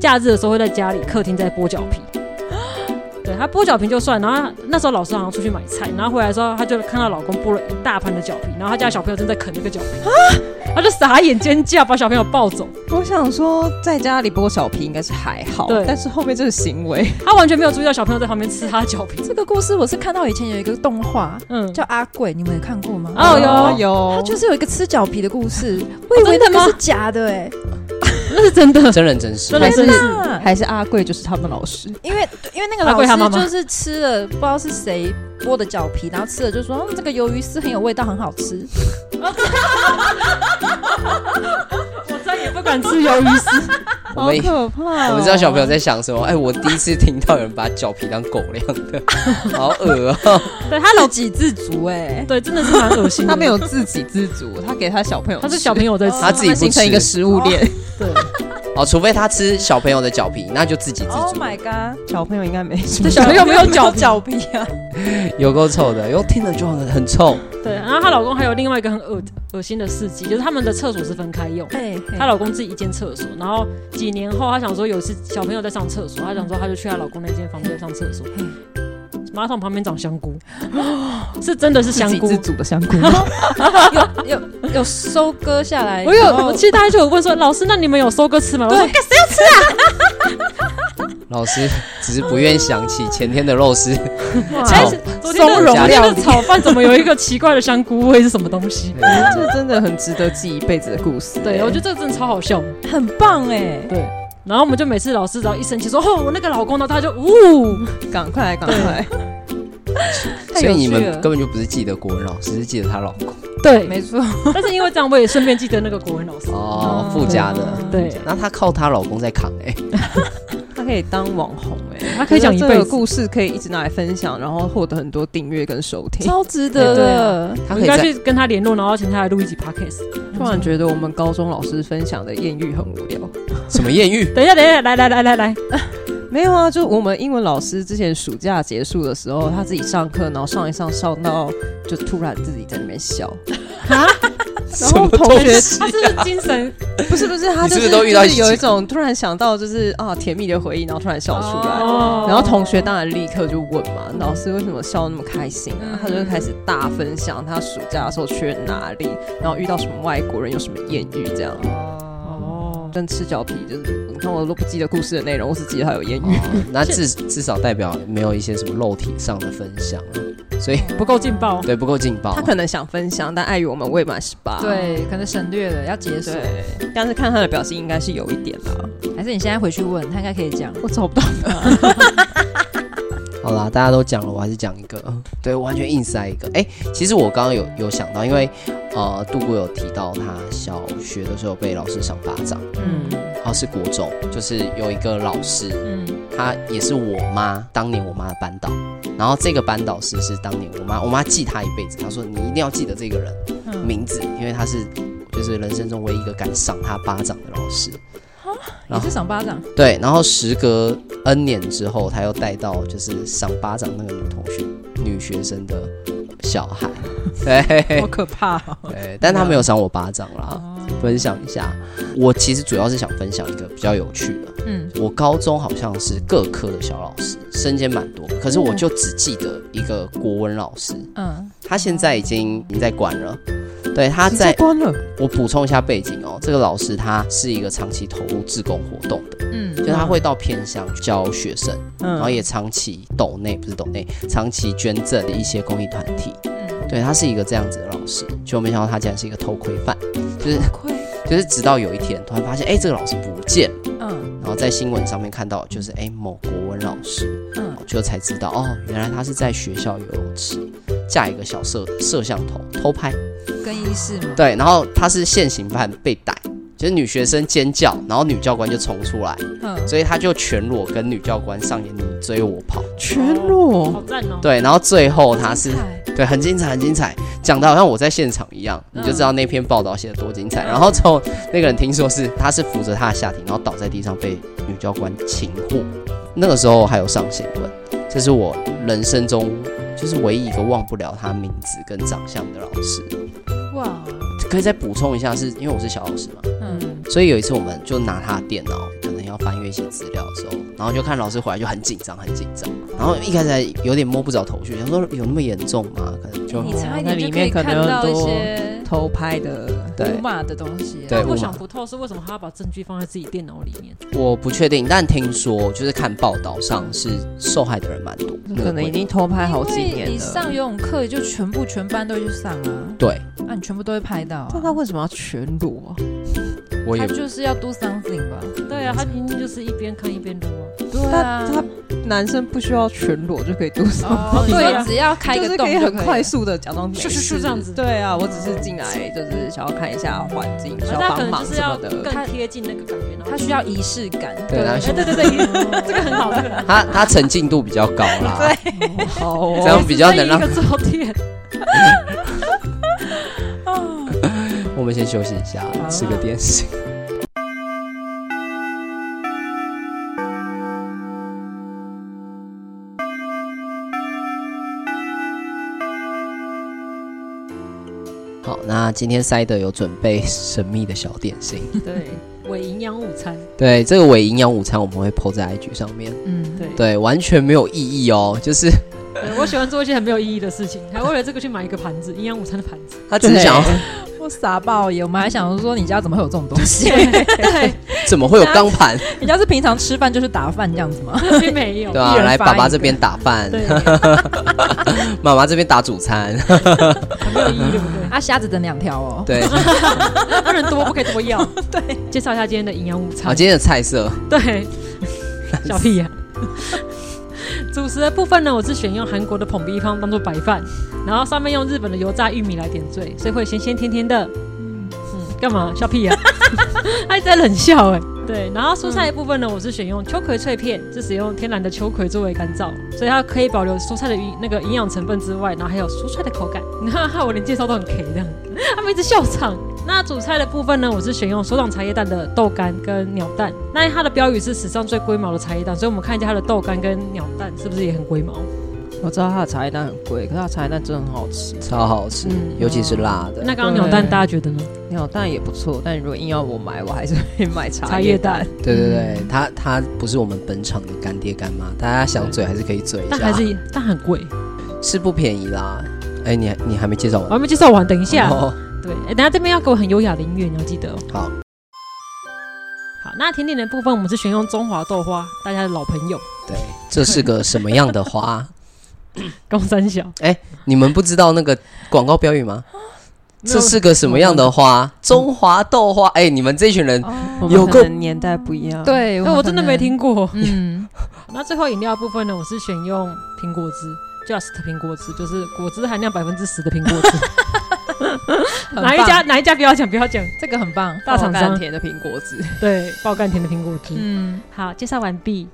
Speaker 1: 假日的时候会在家里客厅在剥脚皮。 对她剥脚皮就算，然后那时候老师好像出去买菜，然后回来的时候，她就看到老公剥了一大盘的脚皮，然后她家小朋友正在啃那个脚皮， 她就傻眼尖叫，把小朋友抱走。
Speaker 3: 我想说在家里剥小皮应该是还好
Speaker 1: 对，
Speaker 3: 但是后面这个行为，
Speaker 1: 她完全没有注意到小朋友在旁边吃她的脚皮。
Speaker 4: 这个故事我是看到以前有一个动画
Speaker 1: 嗯，
Speaker 4: 叫《阿贵》，你们有看过吗？
Speaker 1: 哦
Speaker 3: 哦
Speaker 1: 哟，
Speaker 4: 它
Speaker 3: 有，
Speaker 4: 就是有一个吃脚皮哦的故事，我以为
Speaker 1: 真的
Speaker 4: 那个
Speaker 1: 吗
Speaker 4: 是假的哎，
Speaker 1: 那是真的，
Speaker 2: 真人真事
Speaker 1: 真。的真是。
Speaker 4: 啊
Speaker 3: 还是阿贵就是他们老师，
Speaker 4: 因为因为那个
Speaker 1: 阿贵他妈
Speaker 4: 老师
Speaker 1: 妈
Speaker 4: 就是吃了不知道是谁剥的脚皮，然后吃了就说、嗯、这个鱿鱼丝很有味道，很好吃。
Speaker 1: 我再也不敢吃鱿鱼丝。
Speaker 2: 我们
Speaker 3: 可怕
Speaker 2: 我们知道小朋友在想什么？哎，我第一次听到有人把脚皮当狗粮的，好恶啊！
Speaker 1: 对她老
Speaker 4: 给自足 哎、
Speaker 1: 对真的是蛮恶心的。
Speaker 3: 他没，有哦自给自足，他给他小朋友吃，
Speaker 1: 她是小朋友在吃。
Speaker 2: 他自己
Speaker 3: 他
Speaker 2: 不
Speaker 3: 形成一个
Speaker 2: 吃。
Speaker 3: 食物链，
Speaker 1: 对，
Speaker 2: 哦，除非他吃小朋友的脚皮，那就自己自
Speaker 4: o h
Speaker 2: 足。
Speaker 4: my god！
Speaker 3: 小朋友应该没什
Speaker 1: 这
Speaker 3: 么。
Speaker 1: 小朋友没有脚皮。
Speaker 4: 脚皮 啊，
Speaker 2: 有够臭的，又听了就很很臭。
Speaker 1: 对，然后她老公还有另外一个很恶恶心的事迹，就是他们的厕所是分开用。
Speaker 4: 哎、
Speaker 1: 她老公自己一间厕所，然后几年后，她想说有一次小朋友在上厕所，她想说她就去她老公那间房间上厕所，马桶旁边长香菇， 是真的是
Speaker 3: 自
Speaker 1: 香
Speaker 3: 给
Speaker 1: 菇
Speaker 3: 自。足的香菇，
Speaker 4: 有有有收割下来，
Speaker 1: 我有，
Speaker 4: 然后
Speaker 1: 哎我记得她就有问说，老师，那你们有收割吃吗？我说
Speaker 4: 对
Speaker 2: 老师 只是不愿想起前天的肉丝，
Speaker 1: 哎
Speaker 2: 草，
Speaker 1: 昨天的
Speaker 4: 松茸
Speaker 1: 昨天
Speaker 4: 料
Speaker 1: 的
Speaker 4: 理
Speaker 1: 炒饭怎么有一个奇怪的香菇味是什么东 西？
Speaker 3: 这真的很值得记一辈子的故事。欸
Speaker 1: 对，我觉得这个真的超好笑。
Speaker 4: 很棒哎、
Speaker 1: 对，然后我们就每次老师只要一生气说，哦，我那个老公呢，他就呜，
Speaker 3: 得赶快赶快，
Speaker 2: 所以你们
Speaker 4: 太有趣了
Speaker 2: 根本就不是记得国文老师，是记得她老公
Speaker 1: 对，
Speaker 4: 没错，
Speaker 1: 但是因为这样，我也顺便记得那个国文 老师。
Speaker 2: 哦，附加的。
Speaker 1: 对，
Speaker 2: 那她靠她老公在扛哎、
Speaker 3: 他可以当网红哎，
Speaker 1: 他可以讲一辈子
Speaker 3: 这个故事可以一直拿来分享，然后获得很多订阅跟收听。
Speaker 4: 超值
Speaker 1: 哎
Speaker 4: 得的。
Speaker 2: 她
Speaker 1: 我
Speaker 2: 可
Speaker 1: 应
Speaker 2: 以
Speaker 1: 该
Speaker 2: 在
Speaker 1: 去跟他联络，然后请他来录一集 podcast。
Speaker 3: 突然觉得我们高中老师分享的艳遇很无聊。
Speaker 2: 什么艳 遇？
Speaker 1: 等一下，等一下，来来来来来，
Speaker 3: 没有啊，就我们英文老师之前暑假结束的时候，他自己上课，然后上一上上到就突然自己在那边笑， 然后同学
Speaker 1: 他是不是精 神？
Speaker 3: 不是不是，他
Speaker 2: 你是
Speaker 3: 就
Speaker 2: 不是
Speaker 3: 是
Speaker 2: 都遇到
Speaker 3: 就是有
Speaker 2: 一
Speaker 3: 一
Speaker 2: 起
Speaker 3: 种突然想到就是啊甜蜜的回忆，然后突然笑出来。
Speaker 1: 哦
Speaker 3: 然后同学当然立刻就问嘛，老师为什么笑那么开心
Speaker 2: 嗯
Speaker 3: 啊？他就开始大分享他暑假的时候去哪里，然后遇到什么外国人，有什么艳遇这样。
Speaker 1: 哦，
Speaker 3: 跟吃脚皮就是，你看我都不记得故事的内容，我只记得他有艳遇。
Speaker 2: 哦 那至至少代表没有一些什么肉体上的分享啊，所以
Speaker 1: 不够劲爆。
Speaker 2: 对不够劲爆啊
Speaker 3: 他。可能想分享，但碍于我们未满十八，
Speaker 4: 对，可能省略了，要解锁。
Speaker 3: 对，但是看他的表情应该是有一点啦。
Speaker 4: 还是你现在回去问他，应该可以讲。
Speaker 3: 我找不到，
Speaker 2: 好啦，大家都讲了，我还是讲一个，嗯对，完全硬塞一个。哎、其实我刚刚有有想到，因为呃，杜姑有提到她小学的时候被老师赏巴掌，
Speaker 4: 嗯
Speaker 2: 哦，是国中，就是有一个老师，
Speaker 4: 嗯，
Speaker 2: 她也是我妈当年我妈的班导，然后这个班导师是当年我妈，我妈记她一辈子，她说你一定要记得这个人、名字，因为她是就是人生中唯一一个敢赏她巴掌的老师。
Speaker 4: 也是赏巴掌，
Speaker 2: 对，然后时隔 N 年之后，她又带到就是赏巴掌那个女同学、女学生的小孩，对
Speaker 3: 好可怕、哦。
Speaker 2: 对，但她没有赏我巴掌啦。分享一下，我其实主要是想分享一个比较有趣的，
Speaker 4: 嗯，
Speaker 2: 我高中好像是各科的小老师，身兼蛮多，可是我就只记得一个国文老师，
Speaker 4: 嗯，
Speaker 2: 他现在已经已经在关了。对，他
Speaker 3: 直接
Speaker 2: 在
Speaker 3: 关了，
Speaker 2: 我补充一下背景哦，这个老师他是一个长期投入志工活动的，
Speaker 4: 嗯，
Speaker 2: 就他会到偏乡去教学生，
Speaker 3: 嗯，
Speaker 2: 然后也长期抖内不是抖内，长期捐赠一些公益团体。对，他是一个这样子的老师，就没想到他竟然是一个偷窥犯， 就是
Speaker 4: 亏，
Speaker 2: 就是直到有一天突然发现，哎，这个老师不见了，
Speaker 4: 嗯
Speaker 2: 然后在新闻上面看到就是哎某国文老师，
Speaker 4: 嗯
Speaker 2: 就才知道哦，原来他是在学校游泳池架一个小摄摄像头偷拍。
Speaker 4: 更衣室嘛，
Speaker 2: 对，然后他是现行犯被逮，就是女学生尖叫，然后女教官就冲出来，
Speaker 4: 嗯，
Speaker 2: 所以他就全裸跟女教官上演你追我跑。
Speaker 3: 全
Speaker 1: 好
Speaker 3: 裸，
Speaker 1: 赞哦！
Speaker 2: 对，然后最后他是
Speaker 4: 精彩
Speaker 2: 对很精彩，很精彩，讲的好像我在现场一样，你就知道那篇报道写的多精彩。然后之后那个人听说是他是扶着他的下体，然后倒在地上被女教官擒获，那个时候还有上新闻，这是我人生中就是唯一一个忘不了他名字跟长相的老师。
Speaker 4: 哇，
Speaker 2: 可以再补充一下是，因为我是小老师嘛，
Speaker 4: 嗯
Speaker 2: 所以有一次我们就拿他的电脑，可能要翻阅一些资料的时候，然后就看老师回来就很紧张，很紧张。然后一开始还有点摸不着头绪，想说有那么严重吗？可能就
Speaker 4: 你差一
Speaker 3: 那
Speaker 4: 点
Speaker 3: 里
Speaker 4: 就
Speaker 3: 面
Speaker 4: 以
Speaker 3: 可
Speaker 4: 看
Speaker 3: 能有
Speaker 4: 到
Speaker 3: 很
Speaker 4: 一
Speaker 3: 多
Speaker 4: 些
Speaker 3: 偷拍的，
Speaker 2: 对
Speaker 4: 无码的东西，
Speaker 2: 对
Speaker 1: 但我
Speaker 2: 我
Speaker 1: 想不透是为什么他要把证据放在自己电脑里面，
Speaker 2: 我不确定，但听说就是看报道上是受害的人蛮多，那个
Speaker 3: 可能
Speaker 2: 问
Speaker 3: 已经偷拍好几
Speaker 4: 因
Speaker 3: 年
Speaker 4: 为你上
Speaker 3: 了。
Speaker 4: 游泳课就全部全班都会去上啊，
Speaker 2: 对
Speaker 4: 啊，你全部都会拍到、
Speaker 3: 但
Speaker 4: 啊，
Speaker 3: 他为什么要全裸啊？
Speaker 2: 我
Speaker 4: 他
Speaker 2: 也
Speaker 4: 就是要 do something 吧？
Speaker 1: 对啊，他明明就是一边看一边撸啊，
Speaker 4: 对啊，
Speaker 3: 他男生不需要全裸就可以多少？
Speaker 4: 哦，
Speaker 1: 对
Speaker 4: 对
Speaker 1: 啊
Speaker 4: 啊，只要开
Speaker 3: 就
Speaker 4: 个
Speaker 3: 是
Speaker 4: 洞
Speaker 3: 可以
Speaker 4: 就
Speaker 3: 很快
Speaker 4: 了
Speaker 2: 啊
Speaker 3: 速的假装没
Speaker 1: 咻咻咻
Speaker 3: 事
Speaker 1: 这样子
Speaker 3: 对啊，我只是进来就是想要看一下环境，需要
Speaker 1: 他可
Speaker 3: 帮
Speaker 1: 能
Speaker 3: 忙
Speaker 1: 就是
Speaker 3: 什
Speaker 1: 要
Speaker 3: 么的。
Speaker 1: 更贴近那个感觉，然后
Speaker 4: 他需要仪式感，
Speaker 2: 对他
Speaker 1: 哎对对对， 这个很好，这个很好
Speaker 2: 他他沉浸度比较高 啦，
Speaker 3: 好
Speaker 2: 这样
Speaker 3: 哦，
Speaker 2: 比较能让
Speaker 1: 这是一个照片。
Speaker 2: 我们先休息一下，吃个点心。好，那今天塞德有准备神秘的小点心，
Speaker 1: 对，伪营养午餐，
Speaker 2: 对这个伪营养午餐我们会 PO 在 IG 上面，
Speaker 4: 嗯，
Speaker 1: 对
Speaker 2: 对，完全没有意义哦，就是
Speaker 1: 对我喜欢做一些很没有意义的 事情，还为了这个去买一个盘子，营养午餐的盘子。
Speaker 2: 他只是想 要
Speaker 4: 我傻爆眼，我们还想说你家怎么会有这种东西？
Speaker 1: 对，
Speaker 2: 怎么会有钢盘，
Speaker 4: 你家是平常吃饭就是打饭这样子吗？
Speaker 1: 那边没有
Speaker 2: 对。吧、
Speaker 4: 一人
Speaker 2: 来
Speaker 4: 发
Speaker 2: 爸爸
Speaker 4: 一
Speaker 2: 这
Speaker 4: 个
Speaker 2: 边打饭，
Speaker 1: 对，
Speaker 2: 妈妈这边打主 餐，
Speaker 1: 很没有意义，对不对？
Speaker 4: 啊，虾子等两条哦，
Speaker 2: 对，
Speaker 1: 不能多，不可以多要。 对，介绍一下今天的营养午
Speaker 2: 好，
Speaker 1: 餐。
Speaker 2: 啊今天的菜色。
Speaker 1: 对，小屁呀、 主食的部分呢，我是选用韩国的捧鼻汤当做白饭，然后上面用日本的油炸玉米来点缀，所以会咸咸甜甜的。嗯，干嘛笑屁呀、 他一直在冷笑哎、对，然后蔬菜的部分呢，我是选用秋葵脆片，是使用天然的秋葵作为干燥，所以它可以保留蔬菜的营那个营养成分之外，然后还有蔬菜的口感。 你看，害我连介绍都很 K 这样，他们一直笑场。那主菜的部分呢，我是选用手掌茶叶蛋的豆干跟鸟蛋。那它的标语是史上最龟毛的茶叶蛋，所以我们看一下它的豆干跟鸟蛋是不是也很龟毛？
Speaker 3: 我知道他的茶叶蛋很贵，可是他的茶叶蛋真的很好吃，
Speaker 2: 超好吃，
Speaker 1: 嗯
Speaker 2: 尤其是辣的。
Speaker 1: 那刚刚鸟蛋大家觉得呢？
Speaker 3: 鸟蛋也不错。但如果硬要我买，我还是会买茶
Speaker 1: 茶叶
Speaker 3: 叶蛋。
Speaker 1: 蛋，
Speaker 2: 对对对，
Speaker 1: 嗯
Speaker 2: 他他不是我们本场的干爹干妈，大家想嘴还是可以嘴一下，
Speaker 1: 但还是但很贵。
Speaker 2: 是不便宜啦。哎，你你还没介绍
Speaker 1: 我
Speaker 2: 完
Speaker 1: 还没介绍完，等一下。
Speaker 2: 哦
Speaker 1: 对，哎，等一下这边要给我很优雅的音乐，你要记得哦。
Speaker 2: 好，
Speaker 1: 好，那甜点的部分我们是选用中华豆花，大家的老朋友，
Speaker 2: 对，这是个什么样的花？
Speaker 1: 高三小。
Speaker 2: 你们不知道那个广告标语吗？
Speaker 1: 没有嗯
Speaker 2: 这 是个什么样的花？中华豆花。哎，你们这群人
Speaker 4: 哦
Speaker 3: 我们
Speaker 2: 有
Speaker 3: 可
Speaker 2: 够
Speaker 3: 能年代不一样，，
Speaker 4: 对，
Speaker 1: 哎、
Speaker 4: 们
Speaker 1: 我
Speaker 4: 可
Speaker 1: 真的
Speaker 4: 能
Speaker 1: 没，听过。
Speaker 4: 嗯，
Speaker 1: 那最后饮料部分呢，我是选用苹果汁，Just 苹果汁，就是果汁含量百分之十的苹果汁。
Speaker 4: 很
Speaker 1: 哪一
Speaker 4: 棒
Speaker 1: 家？哪一家不要讲，不要讲。
Speaker 4: 这个很棒，
Speaker 1: 大厂商
Speaker 3: 甜的苹果汁，
Speaker 1: 对，爆甘甜的苹果汁。
Speaker 4: 嗯，
Speaker 1: 好，介绍完毕。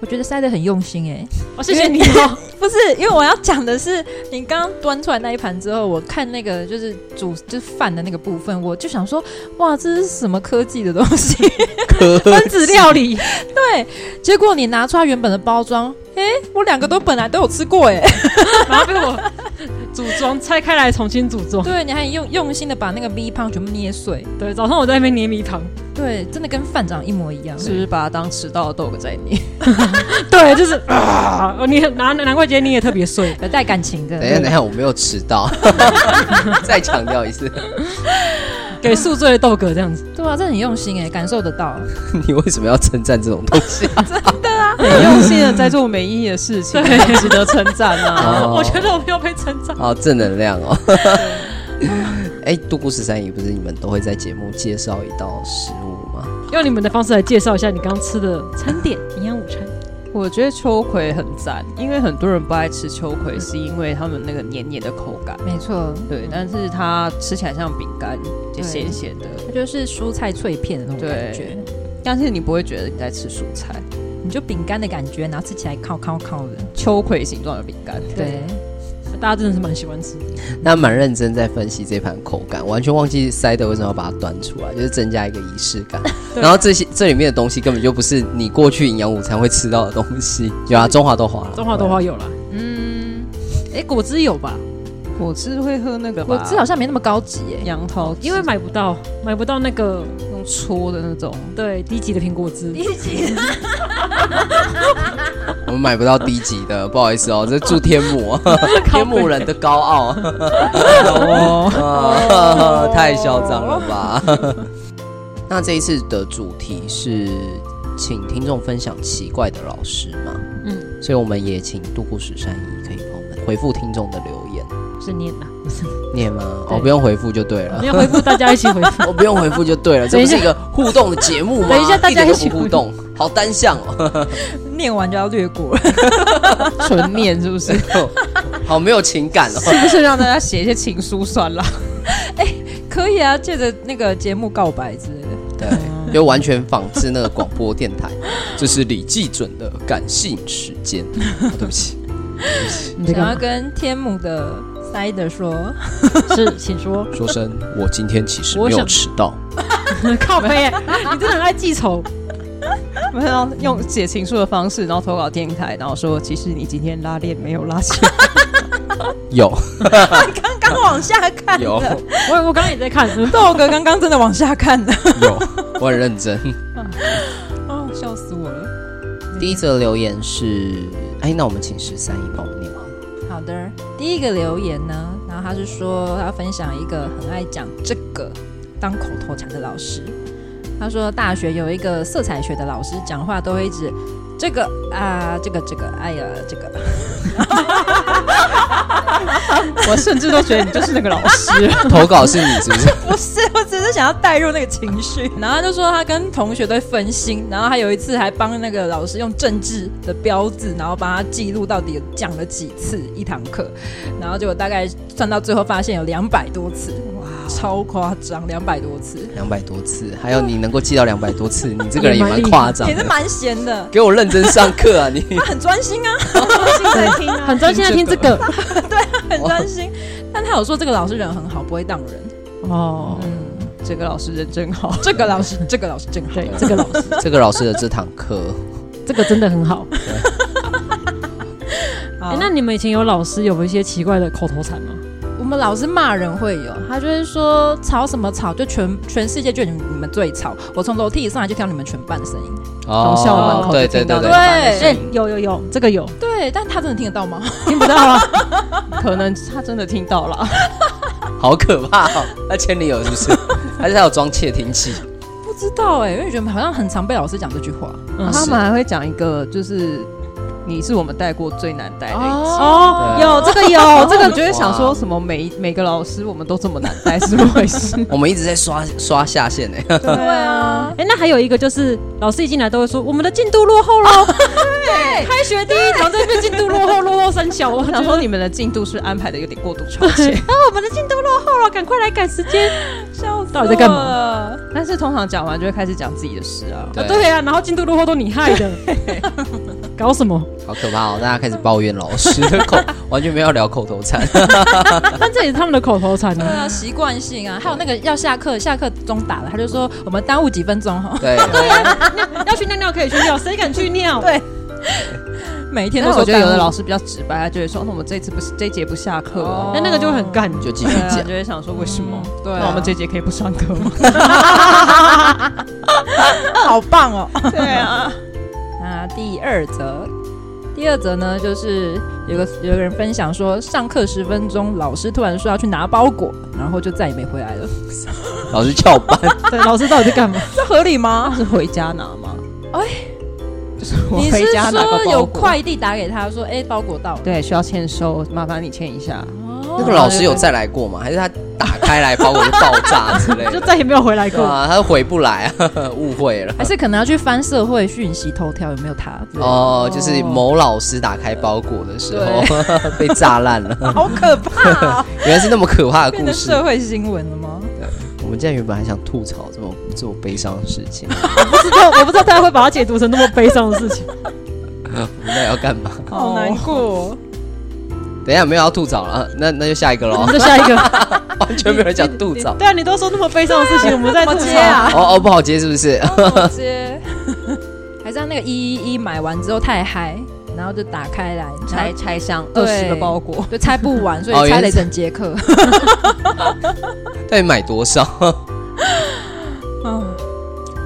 Speaker 4: 我觉得塞得很用心哎、
Speaker 1: 哦，谢谢你哦。
Speaker 4: 不是，因为我要讲的是，你刚刚端出来那一盘之后，我看那个就是煮就是饭的那个部分，我就想说，哇，这是什么科技的东 西？
Speaker 2: 科
Speaker 1: 分子料 理，
Speaker 4: 对，结果你拿出它原本的包装，哎、我两个都本来都有吃过哎、
Speaker 1: 然后被我组装拆开
Speaker 4: 哦
Speaker 1: 来重新组装。
Speaker 4: 对，你还用用心的把那个 V 胖全部捏碎，
Speaker 1: 对，早上我在那边捏米糖，
Speaker 4: 对，真的跟饭长一模一样。
Speaker 3: 是不是把它当迟到的豆腐在捏？
Speaker 1: 对，就是 啊，你难难怪今天你也特别碎。
Speaker 4: 有带感情的。
Speaker 2: 等一下，等一下，我没有迟到， 再强调一次，
Speaker 1: 给宿醉的豆哥这样子，
Speaker 4: 对啊，这很用心哎，感受得到。
Speaker 2: 你为什么要称赞这种东西？
Speaker 3: 很用心的在做没意义的事情，值得称赞 啊！
Speaker 2: 哦
Speaker 1: 我觉得我没有被称赞。
Speaker 2: 好正能量哦。 哎，独孤十三姨不是你们都会在节目介绍一道食物吗？
Speaker 1: 用你们的方式来介绍一下你刚吃的餐点营养午餐。
Speaker 3: 我觉得秋葵很赞，因为很多人不爱吃秋葵，是因为他们那个黏黏的口感。
Speaker 4: 没错，
Speaker 3: 对，但是它吃起来像饼干，就
Speaker 4: 对
Speaker 3: 咸咸的，
Speaker 4: 它就是蔬菜脆片的那种感觉，
Speaker 3: 但是你不会觉得你在吃蔬菜。
Speaker 4: 你就饼干的感觉，然后吃起来烤烤烤的。
Speaker 3: 秋葵形状的饼干，
Speaker 4: 对，
Speaker 1: 大家真的是蛮喜欢吃的，
Speaker 2: 那蛮认真在分析这盘口感，完全忘记塞德为什么要把它端出来，就是增加一个仪式感。然后这些这里面的东西根本就不是你过去营养午餐会吃到的东西。有啊，中华豆花啦，
Speaker 1: 中华豆花有啦，
Speaker 4: 嗯，
Speaker 1: 哎、果汁有吧？
Speaker 3: 果汁会喝那个吧？
Speaker 4: 果汁好像没那么高级耶。
Speaker 3: 杨桃汁，
Speaker 1: 因为买不到，买不到那个
Speaker 3: 用搓的 那种，
Speaker 1: 对低级的苹果汁。
Speaker 2: 我们买不到低级的，不好意思哦，这住天母， 天母 人的高傲，哦， 太嚣张了吧？ 那这一次的主题是请听众分享奇怪的老师嘛？嗯
Speaker 1: 嗯，
Speaker 2: 所以我们也请杜姑十善一可以帮我们回复听众的留言，
Speaker 1: 是念啊，
Speaker 2: 念吗？
Speaker 1: 对
Speaker 2: 哦，不用回复就对了
Speaker 1: 你。要回复大家一起回 复。
Speaker 2: 我不用回复就对了，这
Speaker 1: 等一
Speaker 2: 不
Speaker 1: 下
Speaker 2: 是一个互动的节目吗？
Speaker 1: 等一下大家
Speaker 2: 一点都
Speaker 1: 一起
Speaker 2: 不互动，好单向 哦，
Speaker 4: 念完就要略过了。
Speaker 3: 纯面是不 是？
Speaker 2: 好没有情感哦。
Speaker 3: 是不是让大家写一些情书算了？
Speaker 4: 可以啊，借着那个节目告白之类的。
Speaker 2: 对，就完全仿制那个广播电台，这是李济准的《感性时间》 哦对不起，
Speaker 1: 你在
Speaker 4: 想
Speaker 1: 干
Speaker 4: 要跟天母的 Side 说，
Speaker 1: 嘛？是，请说。
Speaker 2: 说声我今天其实
Speaker 1: 我
Speaker 2: 没有
Speaker 1: 想
Speaker 2: 迟到。
Speaker 1: 靠 背、你真的很爱记仇。
Speaker 3: 我们要用写情书的方式，然后投稿电台，然后说其实你今天拉链没有拉起来。
Speaker 2: 有
Speaker 4: 刚刚往下看
Speaker 2: 有
Speaker 4: 的，
Speaker 1: 我我刚刚也在 看，嗯
Speaker 4: 豆哥刚刚真的往下看 的，
Speaker 2: 有，我很认真。
Speaker 4: 哦，笑死我了。
Speaker 2: 第一则留言是，哎，那我们请十三姨帮我们念好了。
Speaker 4: 好的，第一个留言呢，然后他是说他分享一个很爱讲这个当口头禅的老师。他说大学有一个色彩学的老师，讲话都会一直这个啊，这个这个，哎呀，这个。
Speaker 3: 我甚至都觉得你就是那个老师。
Speaker 2: 投稿是你是不是？
Speaker 4: 不是，我只是想要带入那个情 绪。然后他就说他跟同学都会分心，然后他有一次还帮那个老师用政治的标志，然后帮他记录到底讲了几次一堂课，然后结果大概算到最后发现有两百多次，哇，超夸张，两百多次，
Speaker 2: 两百多次，还有你能够记到两百多次，你这个人
Speaker 1: 也
Speaker 2: 也
Speaker 1: 蛮
Speaker 2: 蛮
Speaker 1: 厉害
Speaker 2: 夸张
Speaker 4: 也是
Speaker 2: 的。
Speaker 4: 蛮闲的，
Speaker 2: 给我认真上课 啊！你
Speaker 4: 他很专心啊，
Speaker 1: 很专心在听这个。
Speaker 4: 很
Speaker 2: 哦
Speaker 4: 专心。哦但他有说这个老师人很好，不会当人。
Speaker 3: 哦，
Speaker 4: 嗯，
Speaker 3: 这个老师人真 好。
Speaker 4: 这个老师，这个老师真好。
Speaker 1: 对，这个老师，
Speaker 2: 这个老师的这堂课，
Speaker 1: 这个真的很好。
Speaker 4: 好
Speaker 1: 哎，那你们以前有老师有一些奇怪的口头禅吗？
Speaker 4: 我们老师骂人会有，他就会说吵什么吵，就全全世界就你们你们最吵。我从楼梯上来就听到你们全班的声音。
Speaker 2: 哦
Speaker 3: 从校门口就
Speaker 2: 对对
Speaker 3: 听到
Speaker 2: 对
Speaker 3: 的
Speaker 2: 对，
Speaker 4: 对
Speaker 1: 哎，有有有，这个有，
Speaker 4: 对，但他真的听得到吗？
Speaker 1: 听不到啊。
Speaker 3: 可能他真的听到了，
Speaker 2: 好可怕哦！那千里有是不是？还是他有装窃听器？
Speaker 4: 不知道哎、因为觉得好像很常被老师讲这句话。啊
Speaker 1: 嗯
Speaker 3: 他们还会讲一个，就是你是我们带过最难带的一次。
Speaker 1: 哦，
Speaker 2: 对
Speaker 1: 有这个 有这
Speaker 3: 这个
Speaker 1: 个
Speaker 3: 我就会想说什么每每个老师我们都这么难带，是不回 事？
Speaker 2: 我们一直在刷刷下线欸呢、
Speaker 4: 对啊，
Speaker 1: 哎、那还有一个就是，老师一进来都会说我们的进度落后喽。 对，开学第一堂在那边进度落后，落后三小。我
Speaker 3: 我
Speaker 1: 想
Speaker 3: 想
Speaker 1: 说
Speaker 3: 说
Speaker 1: 你，
Speaker 3: 你们的进度是安排的有点过度超前，
Speaker 1: 啊，我们的进度落后了，赶快来赶时间。
Speaker 4: 笑死
Speaker 1: 到底在干嘛
Speaker 4: 嘛？
Speaker 3: 但是通常讲完就会开始讲自己的事啊。
Speaker 2: 对
Speaker 1: 对呀、啊，然后进度落后都你害的，搞什么？
Speaker 2: 好可怕哦！大家开始抱怨老师口，完全没有聊口头禅。
Speaker 1: 啊但这也是他们的口头禅
Speaker 4: 对
Speaker 1: 啊。
Speaker 4: 啊，习惯性啊，还有那个要下课，下课钟打了，他就说我们耽误几分钟哈。
Speaker 2: 对，
Speaker 1: 要去尿尿可以去尿，谁敢去尿？
Speaker 4: 对每一天都
Speaker 3: 但是我
Speaker 4: 说
Speaker 3: 觉得有的
Speaker 4: 耽误
Speaker 3: 老师比较直白，他就会说：“那我们这次不是这一节不下课哦。
Speaker 1: 哎那那个就会很干。
Speaker 2: 就继续
Speaker 3: 对啊，
Speaker 2: 讲
Speaker 3: 就。会想说为什么？
Speaker 4: 对啊
Speaker 3: 那我们这节可以不上课吗？
Speaker 4: 好棒哦。
Speaker 3: 对 啊，
Speaker 4: 那第二则，第二则呢，就是有个有个人分享说，上课十分钟，老师突然说要去拿包裹，然后就再也没回来了，
Speaker 2: 老师翘班，
Speaker 1: 哦对，老师到底在干嘛？
Speaker 4: 这合理 吗？
Speaker 3: 是回家拿吗？
Speaker 4: 哎，
Speaker 3: 就是我
Speaker 4: 你
Speaker 3: 回
Speaker 4: 是
Speaker 3: 家拿个
Speaker 4: 说
Speaker 3: 包
Speaker 4: 有
Speaker 3: 裹
Speaker 4: 快递打给他说，哎、包裹到了？
Speaker 3: 对需要签收，麻烦你签一下。
Speaker 4: 哦
Speaker 2: 那个老师有再来过吗？还是他打开来包裹就爆炸之类
Speaker 1: 就
Speaker 2: 的？
Speaker 1: 再也没有回来
Speaker 2: 对
Speaker 1: 过。
Speaker 2: 啊，他回不来啊， 误会了。
Speaker 4: 还是可能要去翻社会讯息头条有没有 他？
Speaker 2: 哦，就是某老师打开包裹的时候 被炸烂了，
Speaker 4: 好可怕、哦，
Speaker 2: 原来是那么可怕的
Speaker 4: 变
Speaker 2: 故
Speaker 4: 成
Speaker 2: 事。
Speaker 4: 社会新闻了吗？
Speaker 2: 我们竟然原本还想吐槽这种这种悲伤的事情，
Speaker 1: 不知道，我不知道大家会把它解读成那么悲伤的事 情。
Speaker 2: 我们到底要干嘛？
Speaker 4: 好难过、哦，
Speaker 2: 等一下没有要吐槽了，那那就下一个喽
Speaker 1: 我们，就下一个。
Speaker 2: 完全没有人讲吐 槽。
Speaker 1: 对啊，你都说那么悲伤的事情，我们在
Speaker 4: 怎
Speaker 1: 吐
Speaker 4: 么
Speaker 1: 槽
Speaker 4: 接。啊？
Speaker 2: 哦哦，不好接是不是？
Speaker 4: 逛街，哦还是他那个一一一买完之后太嗨，然后就打开来 拆，
Speaker 3: 拆拆箱
Speaker 4: 对
Speaker 3: 二十个包裹，
Speaker 4: 就拆不完，所
Speaker 2: 哦
Speaker 4: 以拆
Speaker 2: 原
Speaker 4: 了
Speaker 2: 来
Speaker 4: 一整节 课。
Speaker 2: 到底买多少？
Speaker 4: 嗯，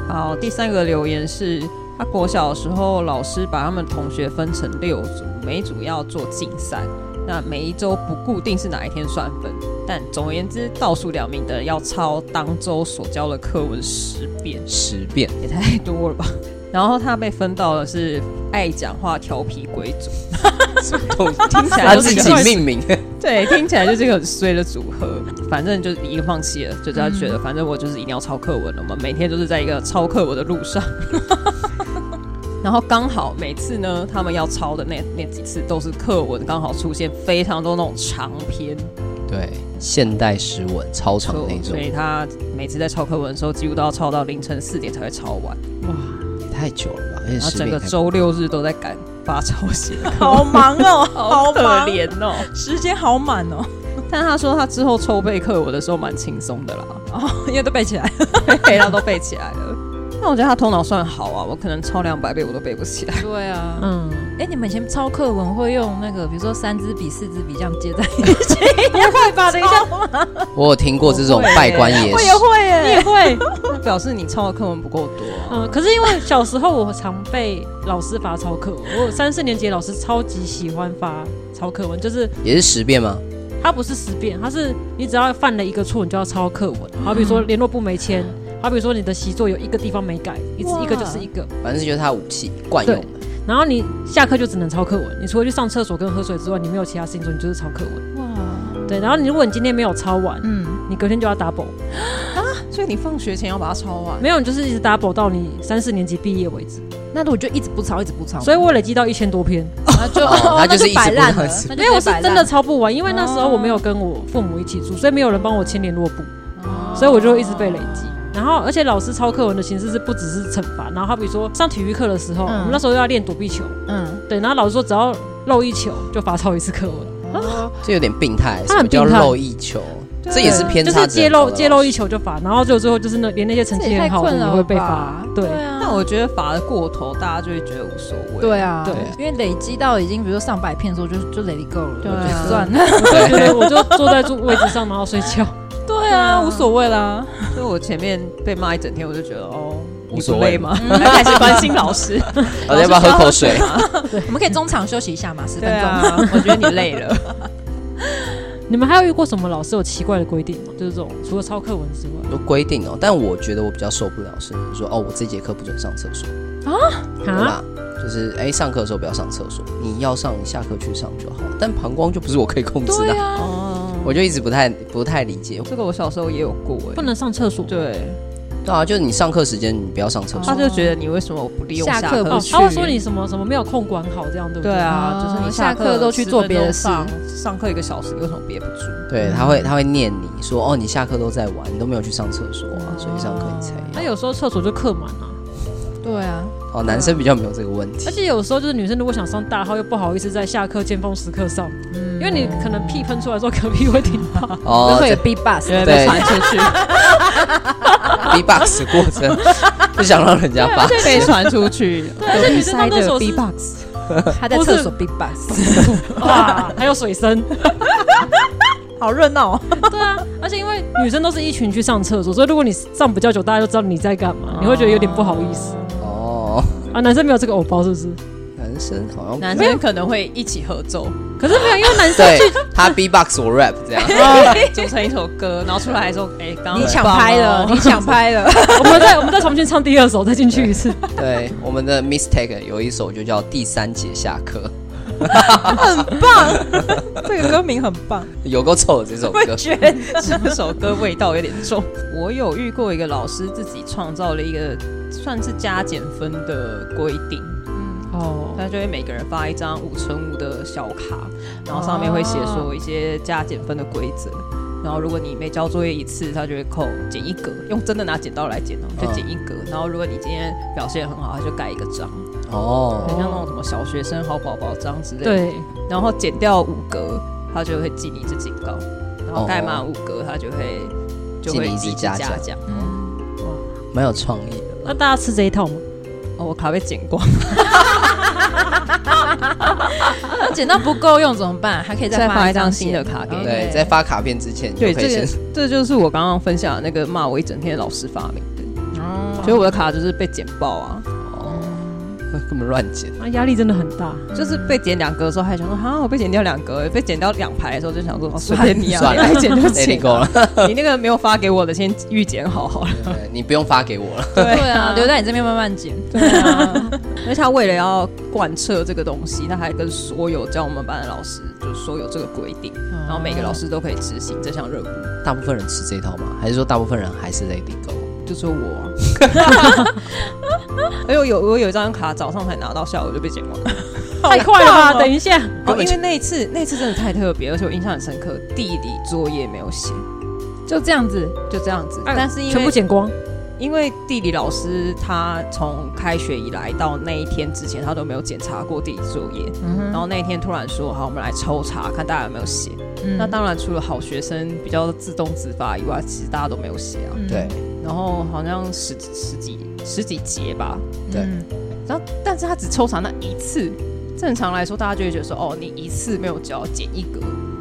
Speaker 3: 好，第三个留言是，他国小的时候，老师把他们同学分成六组，每一组要做竞赛。那每一周不固定是哪一天算分，但总而言之，倒数两名的人要抄当周所教的课文十遍，
Speaker 2: 十遍，
Speaker 3: 也太多了吧。然后他被分到的是爱讲话、调皮鬼组，
Speaker 2: 痛
Speaker 3: 听起
Speaker 2: 他
Speaker 3: 来就
Speaker 2: 自
Speaker 3: 是
Speaker 2: 己
Speaker 3: 个很
Speaker 2: 命名。
Speaker 3: 对，听起来就是一个很衰的组合。 反正就是已经放弃了，就是他觉得反正我就是一定要抄课文了嘛，每天都是在一个抄课文的路上。 然后刚好每次呢，他们要抄的那那几次都是课文，刚好出现非常多那种长篇，
Speaker 2: 对，现代诗文超长那种
Speaker 3: 所，以他每次在抄课文的时候，几乎都要抄到凌晨四点才会抄完，
Speaker 2: 也太久了吧？而且
Speaker 3: 然后
Speaker 2: 十
Speaker 3: 整个
Speaker 2: 遍
Speaker 3: 周六日都在赶发抄写，
Speaker 4: 好忙哦，
Speaker 3: 好
Speaker 4: 好
Speaker 3: 可
Speaker 4: 忙，
Speaker 3: 怜哦。
Speaker 4: 时间好满哦，
Speaker 3: 但他说他之后抽背课文的时候蛮轻松的啦，
Speaker 4: 因为都背起来。
Speaker 3: 背到都背起来了。那我觉得他头脑算好啊，我可能抄两百遍我都背不起来。
Speaker 4: 对啊，
Speaker 1: 嗯，
Speaker 4: 哎，你们以前抄课文会用那个，比如说三支笔、四支笔这样接在一起？不会吧？等一下，
Speaker 2: 我有听过这种
Speaker 3: 哎我会耶
Speaker 2: 拜官野
Speaker 4: 我
Speaker 2: 史
Speaker 4: 也，会
Speaker 1: 你
Speaker 4: 耶
Speaker 1: 也。会。
Speaker 3: 那表示你抄的课文不够多 啊。
Speaker 1: 嗯，可是因为小时候我常被老师罚抄课文，我有三四年级老师超级喜欢罚抄课文，就是
Speaker 2: 也是十遍吗？
Speaker 1: 他不是十遍，他是你只要犯了一个错，你就要抄课
Speaker 4: 嗯
Speaker 1: 文。好比说联络簿没签，好比说你的习作有一个地方没改，一直
Speaker 4: 哇
Speaker 1: 一个就是一个，
Speaker 2: 反正就是他武器惯用的。
Speaker 1: 然后你下课就只能抄课文，你除了去上厕所跟喝水之外，你没有其他事情做，你就是抄课文。
Speaker 4: 哇，
Speaker 1: 对，然后你如果你今天没有抄完，
Speaker 4: 嗯，
Speaker 1: 你隔天就要 double，
Speaker 3: 所以你放学前要把它抄完。
Speaker 1: 没有你就是一直 double 到你三四年级毕业为止。
Speaker 4: 那我就一直不抄，一直不抄，
Speaker 1: 所以我累积到一千多篇，
Speaker 4: 然后就
Speaker 2: 哦他
Speaker 4: 那
Speaker 2: 就是一直
Speaker 4: 摆
Speaker 2: 不
Speaker 4: 烂
Speaker 2: 抄
Speaker 4: 了
Speaker 2: 一直，
Speaker 4: 那就
Speaker 1: 因为我是
Speaker 4: 直接摆
Speaker 1: 真
Speaker 4: 烂哦
Speaker 1: 的抄不完，因为那时候我没有跟我父母一起住，所以没有人帮我签联络簿。
Speaker 4: 哦
Speaker 1: 所以我就一直被累积。然后，而且老师抄课文的形式是不只是惩罚，然后好比说上体育课的时候，
Speaker 4: 嗯
Speaker 1: 我们那时候要练躲避球，
Speaker 4: 嗯，
Speaker 1: 对，然后老师说只要漏一球就罚抄一次课文，
Speaker 4: 哦
Speaker 2: 这有点病态，
Speaker 1: 他
Speaker 2: 什
Speaker 1: 很
Speaker 2: 么叫
Speaker 1: 病态啊
Speaker 2: 漏一球？这也是偏
Speaker 1: 就
Speaker 2: 差
Speaker 1: 是
Speaker 2: 值
Speaker 1: 揭
Speaker 2: 很高
Speaker 1: 露
Speaker 2: 的
Speaker 1: 揭露一球就罚，然后就最后就是那连那些成
Speaker 4: 这
Speaker 1: 绩
Speaker 4: 也
Speaker 1: 很
Speaker 4: 太
Speaker 1: 好的
Speaker 4: 困
Speaker 1: 人
Speaker 4: 扰
Speaker 1: 也
Speaker 4: 了
Speaker 1: 会被
Speaker 4: 吧
Speaker 1: 罚，？对，
Speaker 4: 啊
Speaker 3: 但我觉得罚的过头，大家就会觉得无所谓。
Speaker 4: 对啊，
Speaker 1: 对
Speaker 4: 因为累积到已经比如说上百片的时候就，就 let it go 了，
Speaker 3: 对
Speaker 4: 我
Speaker 3: 啊
Speaker 4: 就 算了，
Speaker 1: 我就觉得我就坐在位置上然后睡觉，
Speaker 4: 对
Speaker 3: 啊
Speaker 4: 谓啦，
Speaker 3: 所以我前面被骂一整天，我就觉得哦，
Speaker 2: 无所谓
Speaker 3: 你不累吗？还是关心老师。
Speaker 2: 老师要不要喝口水？
Speaker 4: 我们可以中场休息一下嘛，十
Speaker 3: 对
Speaker 4: 分
Speaker 3: 啊
Speaker 4: 钟。，
Speaker 3: 我觉得你累了。
Speaker 1: 你们还有遇过什么老师有奇怪的规定吗？就是这种除了抄课文之外，
Speaker 2: 有规定哦，但我觉得我比较受不了是说哦，我这节课不准上厕所，对
Speaker 1: 啊，
Speaker 2: 吧？就是哎，上课的时候不要上厕所，你要上你下课去上就好。但膀胱就不是我可以控制的，
Speaker 4: 啊，
Speaker 3: 哦，
Speaker 2: 我就一直不太不太理解。
Speaker 3: 这个我小时候也有过哎。
Speaker 1: 不能上厕所，
Speaker 3: 对，
Speaker 2: 对啊，就是你上课时间你不要上厕所
Speaker 1: 啊
Speaker 3: 他，就觉得你为什么不利用
Speaker 4: 下
Speaker 3: 下
Speaker 4: 课
Speaker 3: 课
Speaker 1: 哦
Speaker 4: 不，去
Speaker 1: 他会说你什么什么没有空管好这样，对不
Speaker 3: 对啊，
Speaker 4: 哦
Speaker 3: 就是你
Speaker 4: 下课
Speaker 3: 课
Speaker 4: 都去做别的事
Speaker 3: 10分钟放上课一个小时，你为什么憋不住？
Speaker 2: 对他会他会念你说哦，你下课都在玩，你都没有去上厕所啊，所以上课你才
Speaker 1: 那
Speaker 2: 要。
Speaker 1: 有时候厕所就客满啊。
Speaker 4: 对啊，
Speaker 2: 哦，男生比较没有这个问题
Speaker 1: 而。且有时候就是女生如果想上大号，又不好意思在下课尖峰时刻上，因为你可能屁喷出来之后，隔壁会听到。
Speaker 4: 就
Speaker 2: 哦，
Speaker 4: 会
Speaker 2: 这
Speaker 4: 有 B bus，
Speaker 3: 因为
Speaker 2: 对
Speaker 3: 被传出去，
Speaker 2: B box 过程，不想让人家
Speaker 1: 啊对
Speaker 2: 发
Speaker 1: 而。且
Speaker 3: 被传出去，
Speaker 1: 而且女生上厕所是
Speaker 3: B box，
Speaker 4: 他在
Speaker 1: 不是
Speaker 4: 厕所 big box，
Speaker 1: 哇，还有水声，
Speaker 4: 好热闹哦。
Speaker 1: 对啊，而且因为女生都是一群去上厕所，所以如果你上比较久，大家就知道你在干嘛，你会觉得有点不好意思
Speaker 2: 哦，
Speaker 1: 啊。男生没有这个偶包是不是？
Speaker 2: 男生好像
Speaker 3: 男生可能会一起合奏，
Speaker 1: 可是没有，因为 男生
Speaker 2: 对他 B box 我 rap 这样，
Speaker 3: 组成一首歌，然后出来还说：“哎，刚刚
Speaker 4: 啊你
Speaker 3: 很
Speaker 4: 抢
Speaker 3: 棒
Speaker 4: 拍
Speaker 3: 哦
Speaker 4: 了，你抢拍了，
Speaker 1: 我们再我们再重新唱第二首，再进去一次。
Speaker 2: 对我们的 mistake 有一首就叫第三节下课，
Speaker 4: 这个歌名很棒。
Speaker 2: 有够臭的这首歌，
Speaker 3: 觉得这首歌味道有点重。 我有遇过一个老师自己创造了一个算是加减分的规定，
Speaker 1: 哦，
Speaker 3: 他就会每个人发一张五乘五的小卡，然后上面会写说一些加减分的规则。然后如果你每交作业一次，他就会扣减一格，用真的拿剪刀来剪哦，就
Speaker 2: 嗯
Speaker 3: 减一格。然后如果你今天表现很好，他就盖一个章，
Speaker 2: 哦，
Speaker 3: 很像那种什么小学生好宝宝章之类的。
Speaker 1: 对，
Speaker 3: 然后减掉五格，他就会记你一次警告，然后盖满五格，他就会就会
Speaker 2: 记你一次
Speaker 3: 记
Speaker 2: 嘉奖
Speaker 3: 嘉奖。
Speaker 2: 蛮有创意的。
Speaker 1: 那大家吃这一套吗？
Speaker 3: 哦，我卡被剪光，
Speaker 4: 那 剪刀不够用怎么办？还可以
Speaker 3: 再
Speaker 4: 发
Speaker 3: 发一张新的
Speaker 4: 新
Speaker 3: 卡给
Speaker 4: 哦
Speaker 3: 你。
Speaker 2: 对，
Speaker 4: OK
Speaker 2: 在发卡片之前，你
Speaker 3: 对，
Speaker 2: 就可以
Speaker 3: 这
Speaker 2: 先
Speaker 3: 个这就是我刚刚分享的那个骂我一整天的老师发明的，
Speaker 4: 哦
Speaker 3: 所以我的卡就是被剪爆啊，
Speaker 2: 哦，根本乱剪。
Speaker 1: 啊，压力真的很大。
Speaker 3: 就是被剪两格的时候还想说，哈，我被剪掉两格，被剪掉两排的时候就想说，哦随便你啊，
Speaker 2: 算
Speaker 3: 你
Speaker 2: 了
Speaker 3: 来剪就
Speaker 2: Let
Speaker 3: 剪
Speaker 2: it go 了，
Speaker 3: 啊，你那个没有发给我的先预剪好好了。
Speaker 2: 对你不用发给我了。
Speaker 4: 对啊，留在你这边慢慢剪。
Speaker 3: 而且他为了要贯彻这个东西，他还跟所有教我们班的老师就说有这个规定，然后每个老师都可以执行这项任务。
Speaker 2: 大部分人吃这一套吗？还是说大部分人还是 Let it go？
Speaker 3: 就说我、啊，而且我有我有一张卡，早上才拿到，下午就被剪光了。
Speaker 1: 太快了吧！等一下，
Speaker 3: 哦，因为那一次那一次真的太特别，而且我印象很深刻，地理作业没有写，
Speaker 4: 就这样子，
Speaker 3: 就这样子。
Speaker 1: 哎
Speaker 3: 但是因
Speaker 1: 全部
Speaker 3: 为
Speaker 1: 剪光。
Speaker 3: 因为地理老师他从开学以来到那一天之前，他都没有检查过地理作业，然后那一天突然说好，我们来抽查看大家有没有写。那当然，除了好学生比较自动自发以外，其实大家都没有写啊。
Speaker 2: 对，
Speaker 3: 然后好像十十几十几节吧，
Speaker 2: 对
Speaker 3: 嗯
Speaker 4: 嗯
Speaker 3: 然后但是他只抽查那一次。正常来说，大家就会觉得说，哦，你一次没有交，减一格。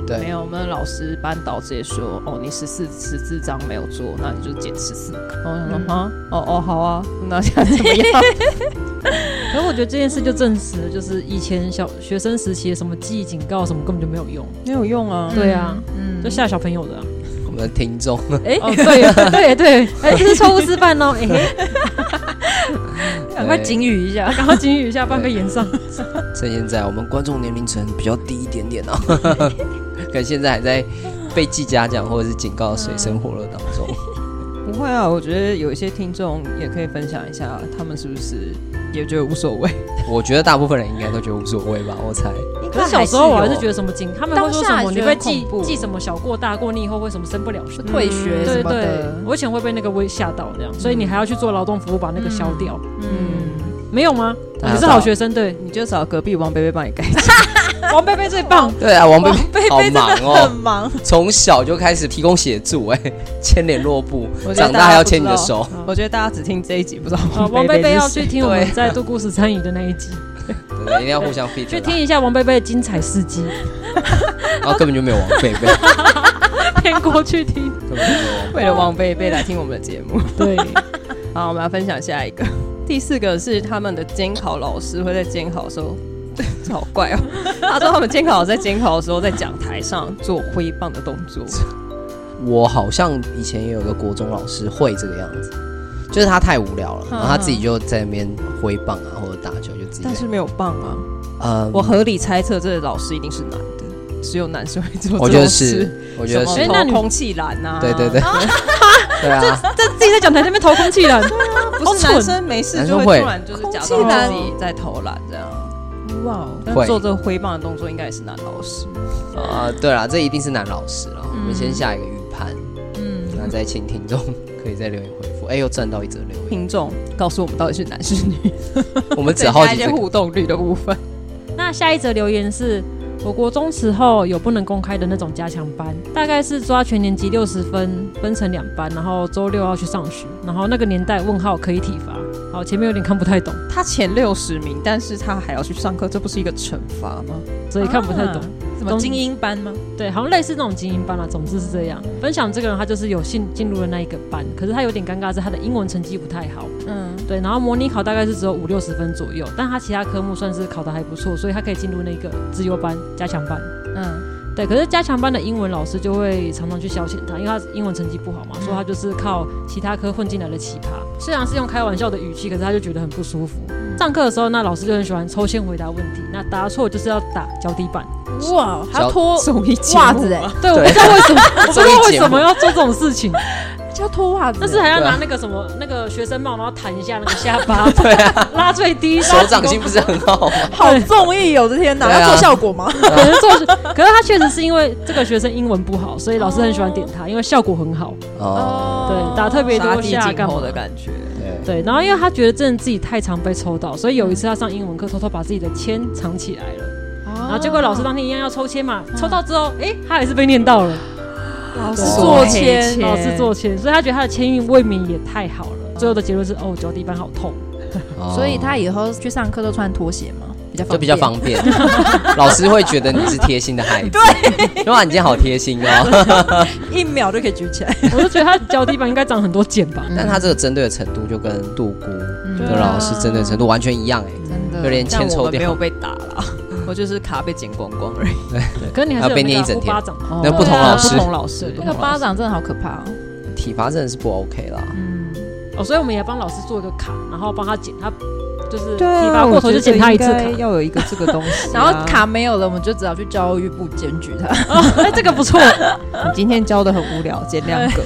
Speaker 3: 没
Speaker 2: 对，
Speaker 3: 有，我们老师班导直接说，哦，你十四十四张没有做，那你就减十四格。然后我想说，啊、哦哦，好啊，那现在怎么 样？
Speaker 1: 可是我觉得这件事就证实了，就是以前小学生时期的什么记忆警告什么根本就没有用，
Speaker 3: 没有用啊
Speaker 1: 对啊，
Speaker 4: 嗯 哦
Speaker 1: 就吓小朋友的啊。
Speaker 2: 我们的听众
Speaker 1: 哎，对对 对，哎，这是错误示范哦，哎，
Speaker 4: 赶快警语一下。
Speaker 1: 赶快警语一下，半被延 上。
Speaker 2: 趁现在我们观众年龄层比较低一点 点啊，跟现在还在被记嘉奖或者是警告的水深火热当中。
Speaker 3: 不会啊，我觉得有一些听众也可以分享一下，他们是不是也觉得无所谓？
Speaker 2: 我觉得大部分人应该都觉得无所谓吧，我猜。
Speaker 1: 可是小时
Speaker 4: 啊
Speaker 1: 候我还是觉
Speaker 3: 得，
Speaker 1: 得什么警，他们会说什么
Speaker 4: 当下
Speaker 1: 你
Speaker 4: 觉得
Speaker 1: 被
Speaker 4: 很
Speaker 1: 记
Speaker 4: 恐怖
Speaker 1: 记什么小过大过，你以后会什么升不了学。
Speaker 4: 退学
Speaker 1: 对
Speaker 4: 什么
Speaker 1: 对
Speaker 4: 的，，
Speaker 1: 我以前会被那个威吓到这样，所以你还要去做劳动服务把那个消掉，
Speaker 3: 嗯，
Speaker 1: 没有吗？
Speaker 2: 啊
Speaker 1: 你是好学生，对，
Speaker 3: 你就找隔壁王贝贝帮你改。
Speaker 1: 王贝贝最 棒，
Speaker 2: 对啊，王贝
Speaker 3: 王贝
Speaker 2: 好
Speaker 3: 贝真
Speaker 2: 忙
Speaker 3: 的很
Speaker 2: 哦，
Speaker 3: 忙，
Speaker 2: 从小就开始提供协助， 哎，签联络簿
Speaker 3: 我，觉得
Speaker 2: 长大
Speaker 3: 大家
Speaker 2: 还要
Speaker 3: 不
Speaker 2: 牵你的
Speaker 3: 知道
Speaker 2: 手。
Speaker 3: 我觉得大家只听这一集不知道
Speaker 1: 啊，王
Speaker 3: 哦王
Speaker 1: 贝贝
Speaker 3: 是
Speaker 1: 要
Speaker 3: 谁
Speaker 1: 去听我们在做故事参与的那一 集，
Speaker 2: 对对，一定要互相 fit
Speaker 1: 去听一下王贝贝的精彩事 迹，
Speaker 2: 然后根本就没有王 贝贝，
Speaker 1: 偏过去听。
Speaker 2: 根本就没有王贝贝。
Speaker 3: 为了王贝贝来听我们的节目。
Speaker 1: 对，
Speaker 3: 好，我们要分享下一个， 第四个是他们的监考老师会在监考的时候。 这好怪哦！他说他们监考老师在监考的时候，在讲台上做挥棒的动作，
Speaker 2: 我好像以前也有个国中老师会这个样子，就是他太无聊了，然后他自己就在那边挥棒啊或者打球，就自己在
Speaker 3: 但是没有棒啊。
Speaker 2: 呃，
Speaker 3: 我合理猜测，这个老师一定是男的，只有男生会做这种事。
Speaker 2: 我觉得是，我觉
Speaker 3: 什
Speaker 2: 得
Speaker 3: 么
Speaker 2: 是，
Speaker 1: 哎那
Speaker 3: 投
Speaker 1: 你
Speaker 3: 空气篮啊，
Speaker 2: 对 对对，，对啊，
Speaker 1: 这 自己在讲台上面投空气了，
Speaker 3: 不是
Speaker 1: 好
Speaker 3: 男
Speaker 1: 蠢
Speaker 3: 生没事
Speaker 2: 男
Speaker 3: 就
Speaker 2: 生
Speaker 3: 会
Speaker 2: 会
Speaker 3: 突然就是假
Speaker 4: 空气
Speaker 3: 装
Speaker 4: 篮
Speaker 3: 自己在投篮这样，
Speaker 4: 哇哦，
Speaker 3: 但
Speaker 2: 会
Speaker 3: 做这个挥棒的动作应该也是男老师。
Speaker 2: 啊，对啦，这一定是男老师了。我们先下一个预判，
Speaker 4: 嗯，
Speaker 2: 那再请听众可以在留言回复。哎，又占到一则留言，
Speaker 3: 听众告诉我们到底是男是女，
Speaker 2: 我们只
Speaker 3: 增
Speaker 2: 好
Speaker 3: 加一
Speaker 2: 奇
Speaker 3: 些
Speaker 2: 这个
Speaker 3: 互动率的部分。
Speaker 1: 那下一则留言是：我国中时候有不能公开的那种加强班，大概是抓全年级六十分，分成两班，然后周六要去上学，然后那个年代问号可以体罚。好，前面有点看不太懂，
Speaker 3: 他前六十名，但是他还要去上课，这不是一个惩罚吗？
Speaker 1: 所以看不太懂。
Speaker 4: 啊什么精英班吗？
Speaker 1: 对，好像类似那种精英班啦、啊总之是这样。分享这个人，他就是有幸进入了那一个班，可是他有点尴尬，是他的英文成绩不太好。
Speaker 4: 嗯，
Speaker 1: 对，然后模拟考大概是只有五六十分左右，但他其他科目算是考得还不错，所以他可以进入那个资优班、加强班。
Speaker 4: 嗯，
Speaker 1: 对，可是加强班的英文老师就会常常去消遣他，因为他英文成绩不好嘛，说他就是靠其他科混进来的奇葩。虽然是用开玩笑的语气，可是他就觉得很不舒服。上课的时候，那老师就很喜欢抽签回答问题，那答错就是要打脚底板。
Speaker 4: 哇，还要脱
Speaker 3: 综艺节目
Speaker 4: 袜子哎，
Speaker 1: 对，我
Speaker 2: 对
Speaker 1: 不知道为什么，我不知道
Speaker 2: 综艺
Speaker 1: 为
Speaker 2: 节
Speaker 1: 什么
Speaker 2: 目
Speaker 1: 要做这种事情，
Speaker 4: 要脱袜子欸，
Speaker 1: 但是还要
Speaker 2: 对啊
Speaker 1: 拿那个什么那个学生帽，然后弹一下那个下巴， 拉最低，
Speaker 2: 啊手掌心不是很好吗？
Speaker 4: 好综艺哦，我的天哪，
Speaker 2: 对啊
Speaker 4: 要做效果吗？
Speaker 1: 可能做，可是他确实是因为这个学生英文不好，所以老师很喜欢点他，因为效果很好。
Speaker 2: 哦，
Speaker 1: 对，打特别
Speaker 3: 杀
Speaker 1: 多
Speaker 3: 鸡
Speaker 1: 下
Speaker 3: 儆
Speaker 1: 干
Speaker 3: 猴
Speaker 1: 嘛
Speaker 3: 的感觉。
Speaker 2: 对，
Speaker 1: 对，然后因为他觉得真的自己太常被抽到，所以有一次他上英文课偷偷把自己的签藏起来了，然
Speaker 4: 然
Speaker 1: 后结果老师当天一样要抽签嘛，抽到之后，诶，他还是被念到了，
Speaker 4: 老师
Speaker 1: 对
Speaker 4: 做
Speaker 3: 黑
Speaker 4: 签
Speaker 3: 签
Speaker 1: 老师做签，所以他觉得他的签运未免也太好了。最后的结论是，哦，脚底板好痛。
Speaker 2: 哦
Speaker 4: 所以他以后去上课都穿拖鞋吗？比较
Speaker 2: 哦就比较
Speaker 4: 方
Speaker 2: 方便， 老师会觉得你是贴心的孩子。 对，啊哇，你今天好贴心 哦。
Speaker 4: 便，一秒就可以举起来。
Speaker 1: 我就觉得他脚底板应该长很多茧吧。
Speaker 2: 但他这个针对的程度就跟杜姑
Speaker 4: 对
Speaker 2: 的
Speaker 4: 啊
Speaker 2: 老师针对的程度完全一样哎，
Speaker 4: 真的
Speaker 2: 就连
Speaker 3: 但
Speaker 2: 欠
Speaker 3: 我
Speaker 2: 抽
Speaker 3: 们没有
Speaker 2: 掉。
Speaker 3: 被打啦，我就是卡被剪光光而已。
Speaker 1: 对，可是你还
Speaker 2: 还
Speaker 1: 是
Speaker 2: 要
Speaker 1: 有
Speaker 2: 被
Speaker 1: 那个
Speaker 2: 念一整
Speaker 1: 呼
Speaker 2: 天
Speaker 1: 巴掌嘛。
Speaker 2: 那不同
Speaker 3: 对啊
Speaker 2: 老师
Speaker 3: 不同老师，
Speaker 4: 那个巴掌真的好可怕哦。
Speaker 2: 体罚真的是不 OK 啦。
Speaker 1: 嗯，哦，所以我们也帮老师做一个卡，然后帮他剪，他就是
Speaker 3: 对啊
Speaker 1: 体罚过头就剪他一次卡。
Speaker 3: 要有一个这个东 西、
Speaker 4: 然后，卡没有了，我们就只好去教育部检举他。
Speaker 1: 哎，这个不错，
Speaker 3: 你今天教的很无聊，剪两格，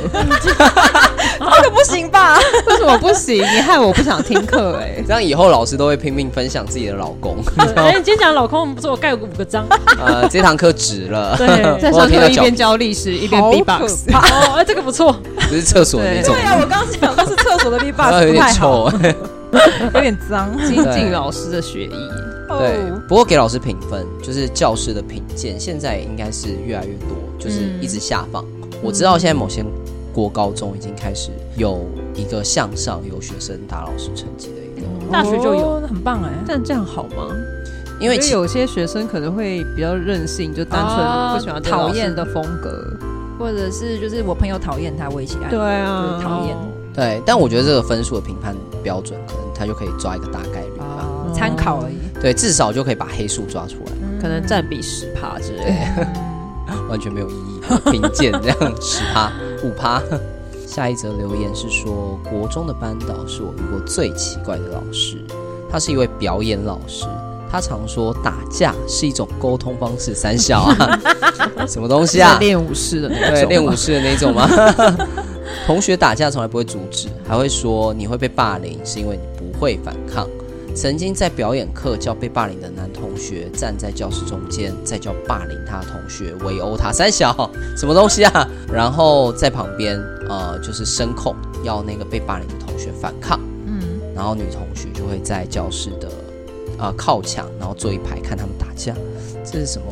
Speaker 4: 这个不行吧？
Speaker 3: 为什么不行？你害我不想听课哎、
Speaker 2: 这样以后老师都会拼命分享自己的老公。
Speaker 1: 哎，你今天讲老公不错，我盖五个章，
Speaker 2: 呃，这堂课值了，
Speaker 1: 对，
Speaker 3: 在
Speaker 2: 我
Speaker 3: 上
Speaker 2: 有听
Speaker 3: 课
Speaker 2: 到
Speaker 3: 一
Speaker 2: 脚
Speaker 3: 边教历史一边
Speaker 4: 好
Speaker 3: B-box，
Speaker 1: 哦，哎，这个不错，
Speaker 2: 不是厕所那种，
Speaker 4: 对啊，我刚想都是厕所的 B
Speaker 2: 然
Speaker 4: box
Speaker 2: 后有
Speaker 4: 不
Speaker 2: 点
Speaker 4: 太好，
Speaker 2: 臭。欸
Speaker 4: 有点脏。
Speaker 3: 精
Speaker 2: 对
Speaker 3: 进老师的学艺。
Speaker 4: 哦
Speaker 2: 对，不过给老师评分，就是教师的评鉴，现在应该是越来越多，就是一直下放。我知道现在某些国高中已经开始有一个向上，有学生打老师成绩的一个，
Speaker 1: 大学就有
Speaker 4: 哦，很棒哎。
Speaker 3: 但这样好吗？
Speaker 2: 因为
Speaker 3: 我觉
Speaker 2: 其
Speaker 3: 得有些学生可能会比较任性，就单
Speaker 4: 哦
Speaker 3: 纯不喜欢这个老
Speaker 4: 讨厌
Speaker 3: 师的风格。
Speaker 4: 或者是就是我朋友讨厌他，我也喜爱。
Speaker 3: 对啊
Speaker 4: 就是，讨厌
Speaker 2: 对，但我觉得这个分数的评判标准，可能他就可以抓一个大概率吧。
Speaker 4: 啊，参考而已。
Speaker 2: 对，至少就可以把黑数抓出来，
Speaker 3: 可能占比十趴之类的。
Speaker 2: 完全没有意义。评鉴这样十趴五趴。下一则留言是说，国中的班导是我遇过最奇怪的老师，他是一位表演老师。他常说打架是一种沟通方式，三小啊，什么东西
Speaker 3: 是
Speaker 2: 啊？
Speaker 3: 练武士的那种
Speaker 2: 对，
Speaker 3: 吗，
Speaker 2: 练武士的那种吗？ 同学打架从来不会阻止，还会说你会被霸凌是因为你不会反抗。曾经在表演课教被霸凌的男同学站在教室中间，再叫霸凌他的同学围殴他三小什么东西啊？然后在旁边呃就是声控要那个被霸凌的同学反抗，
Speaker 4: 嗯，
Speaker 2: 然后女同学就会在教室的呃靠墙，然后坐一排看他们打架，这是什么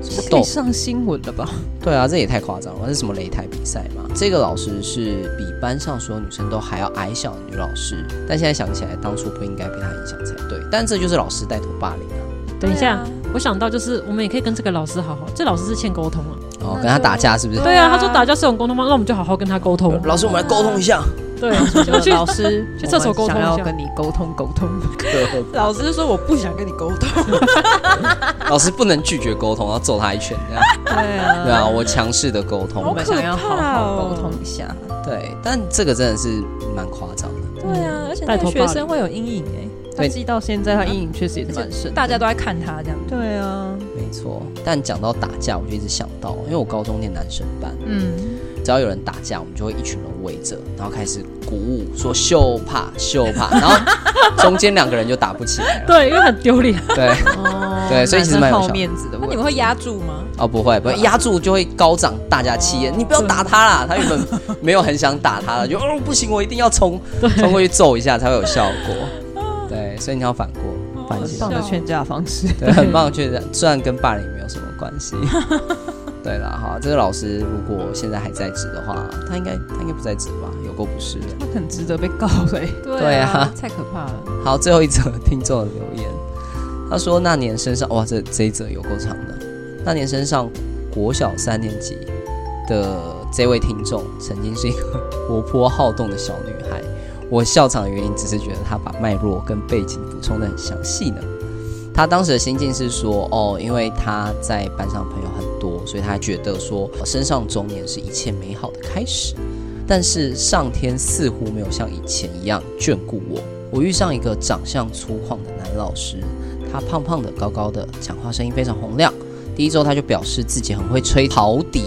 Speaker 2: 什
Speaker 3: 这
Speaker 2: 么
Speaker 3: 可以
Speaker 2: 斗
Speaker 3: 上新闻了 吧？
Speaker 2: 对啊，这也太夸张了，是什么擂台比赛嘛？这个老师是比班上所有女生都还要矮小的女老师，但现在想起来，当初不应该被她影响才对。但这就是老师带头霸凌啊！
Speaker 1: 等一下
Speaker 4: 对啊，
Speaker 1: 我想到就是我们也可以跟这个老师好好，这老师是欠沟通啊。
Speaker 2: 哦，跟他打架是不是？
Speaker 1: 对啊，他说打架是一种沟通吗？那我们就好好跟他沟通。
Speaker 2: 老师，我们来沟通一下。
Speaker 1: 对，啊就去
Speaker 3: 老师
Speaker 1: 去厕所沟通一下
Speaker 3: 我们想要跟你沟通沟通。
Speaker 4: 老师说我不想跟你沟通。
Speaker 2: 老师不能拒绝沟通，要揍他一拳。这样
Speaker 3: 对啊
Speaker 2: 对啊，我强势的沟
Speaker 3: 我
Speaker 2: 通。
Speaker 3: 们想要好好哦沟通一下。
Speaker 2: 对，但这个真的是蛮夸张的。
Speaker 4: 对啊，而且
Speaker 1: 带
Speaker 4: 那
Speaker 1: 头
Speaker 4: 个
Speaker 1: 霸凌
Speaker 4: 学生会有阴影哎，
Speaker 2: 对
Speaker 3: 但记到现在，他阴影确实也是蛮深的。
Speaker 4: 大家都在看他这样。
Speaker 3: 对啊，
Speaker 2: 没错，但讲到打架，我就一直想到，因为我高中念男生班，
Speaker 4: 嗯，
Speaker 2: 只要有人打架，我们就会一群人围着，然后开始鼓舞，说秀怕秀 怕，然后中间两个人就打不起来了。
Speaker 1: 对，因为很丢脸。
Speaker 2: 对
Speaker 3: 哦
Speaker 2: 对所以其实蛮
Speaker 3: 男
Speaker 2: 有
Speaker 3: 生
Speaker 2: 效
Speaker 3: 好面子的
Speaker 4: 那
Speaker 3: 问
Speaker 4: 你
Speaker 3: 题
Speaker 4: 们。会压住吗？
Speaker 2: 哦，不会不
Speaker 1: 嗯
Speaker 2: 会，压住就会高涨大家气
Speaker 1: 哦
Speaker 2: 焰，你不要打他啦，他原本没有很想打他了，就哦不行，我一定要冲冲过去揍一下才会有效 果。对，所以你要反过反
Speaker 1: 哦
Speaker 3: 很
Speaker 2: 击
Speaker 3: 棒，的劝架方 式。
Speaker 2: 对，很棒，确实，虽然跟霸凌没有什么关系。啊对啦，好，这个老师如果现在还在职的话，他应该他应该不在职吧？有够不是人。
Speaker 3: 他很值得被告哎、
Speaker 2: 对啊，
Speaker 4: 太可怕了。
Speaker 2: 好，最后一则听众的留言，他说那年身上哇，这这一则有够长的。那年身上国小三年级的这位听众，曾经是一个活泼好动的小女孩。我笑场的原因，只是觉得她把脉络跟背景补充的很详细呢。她当时的心境是说，哦，因为她在班上朋友很多，所以她觉得说身上中年是一切美好的开始。但是上天似乎没有像以前一样眷顾我。我遇上一个长相粗犷的男老师，他胖胖的、高高的，讲话声音非常洪亮。第一周他就表示自己很会吹陶笛，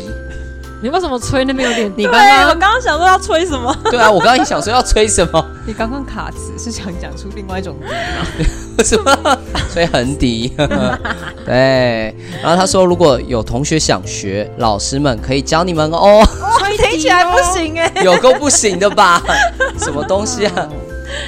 Speaker 1: 你为什么吹那边有点
Speaker 3: 你刚刚我刚刚想说要吹什么？
Speaker 2: 对啊，我刚刚也想说要吹什么，
Speaker 3: 你刚刚卡词是想讲出另外一种敌吗？
Speaker 2: 什么吹横笛， 对。然后他说，如果有同学想学，老师们可以教你们哦，
Speaker 1: 吹
Speaker 3: 听起来不行哎、
Speaker 2: 有够不行的吧？ 什么东西啊？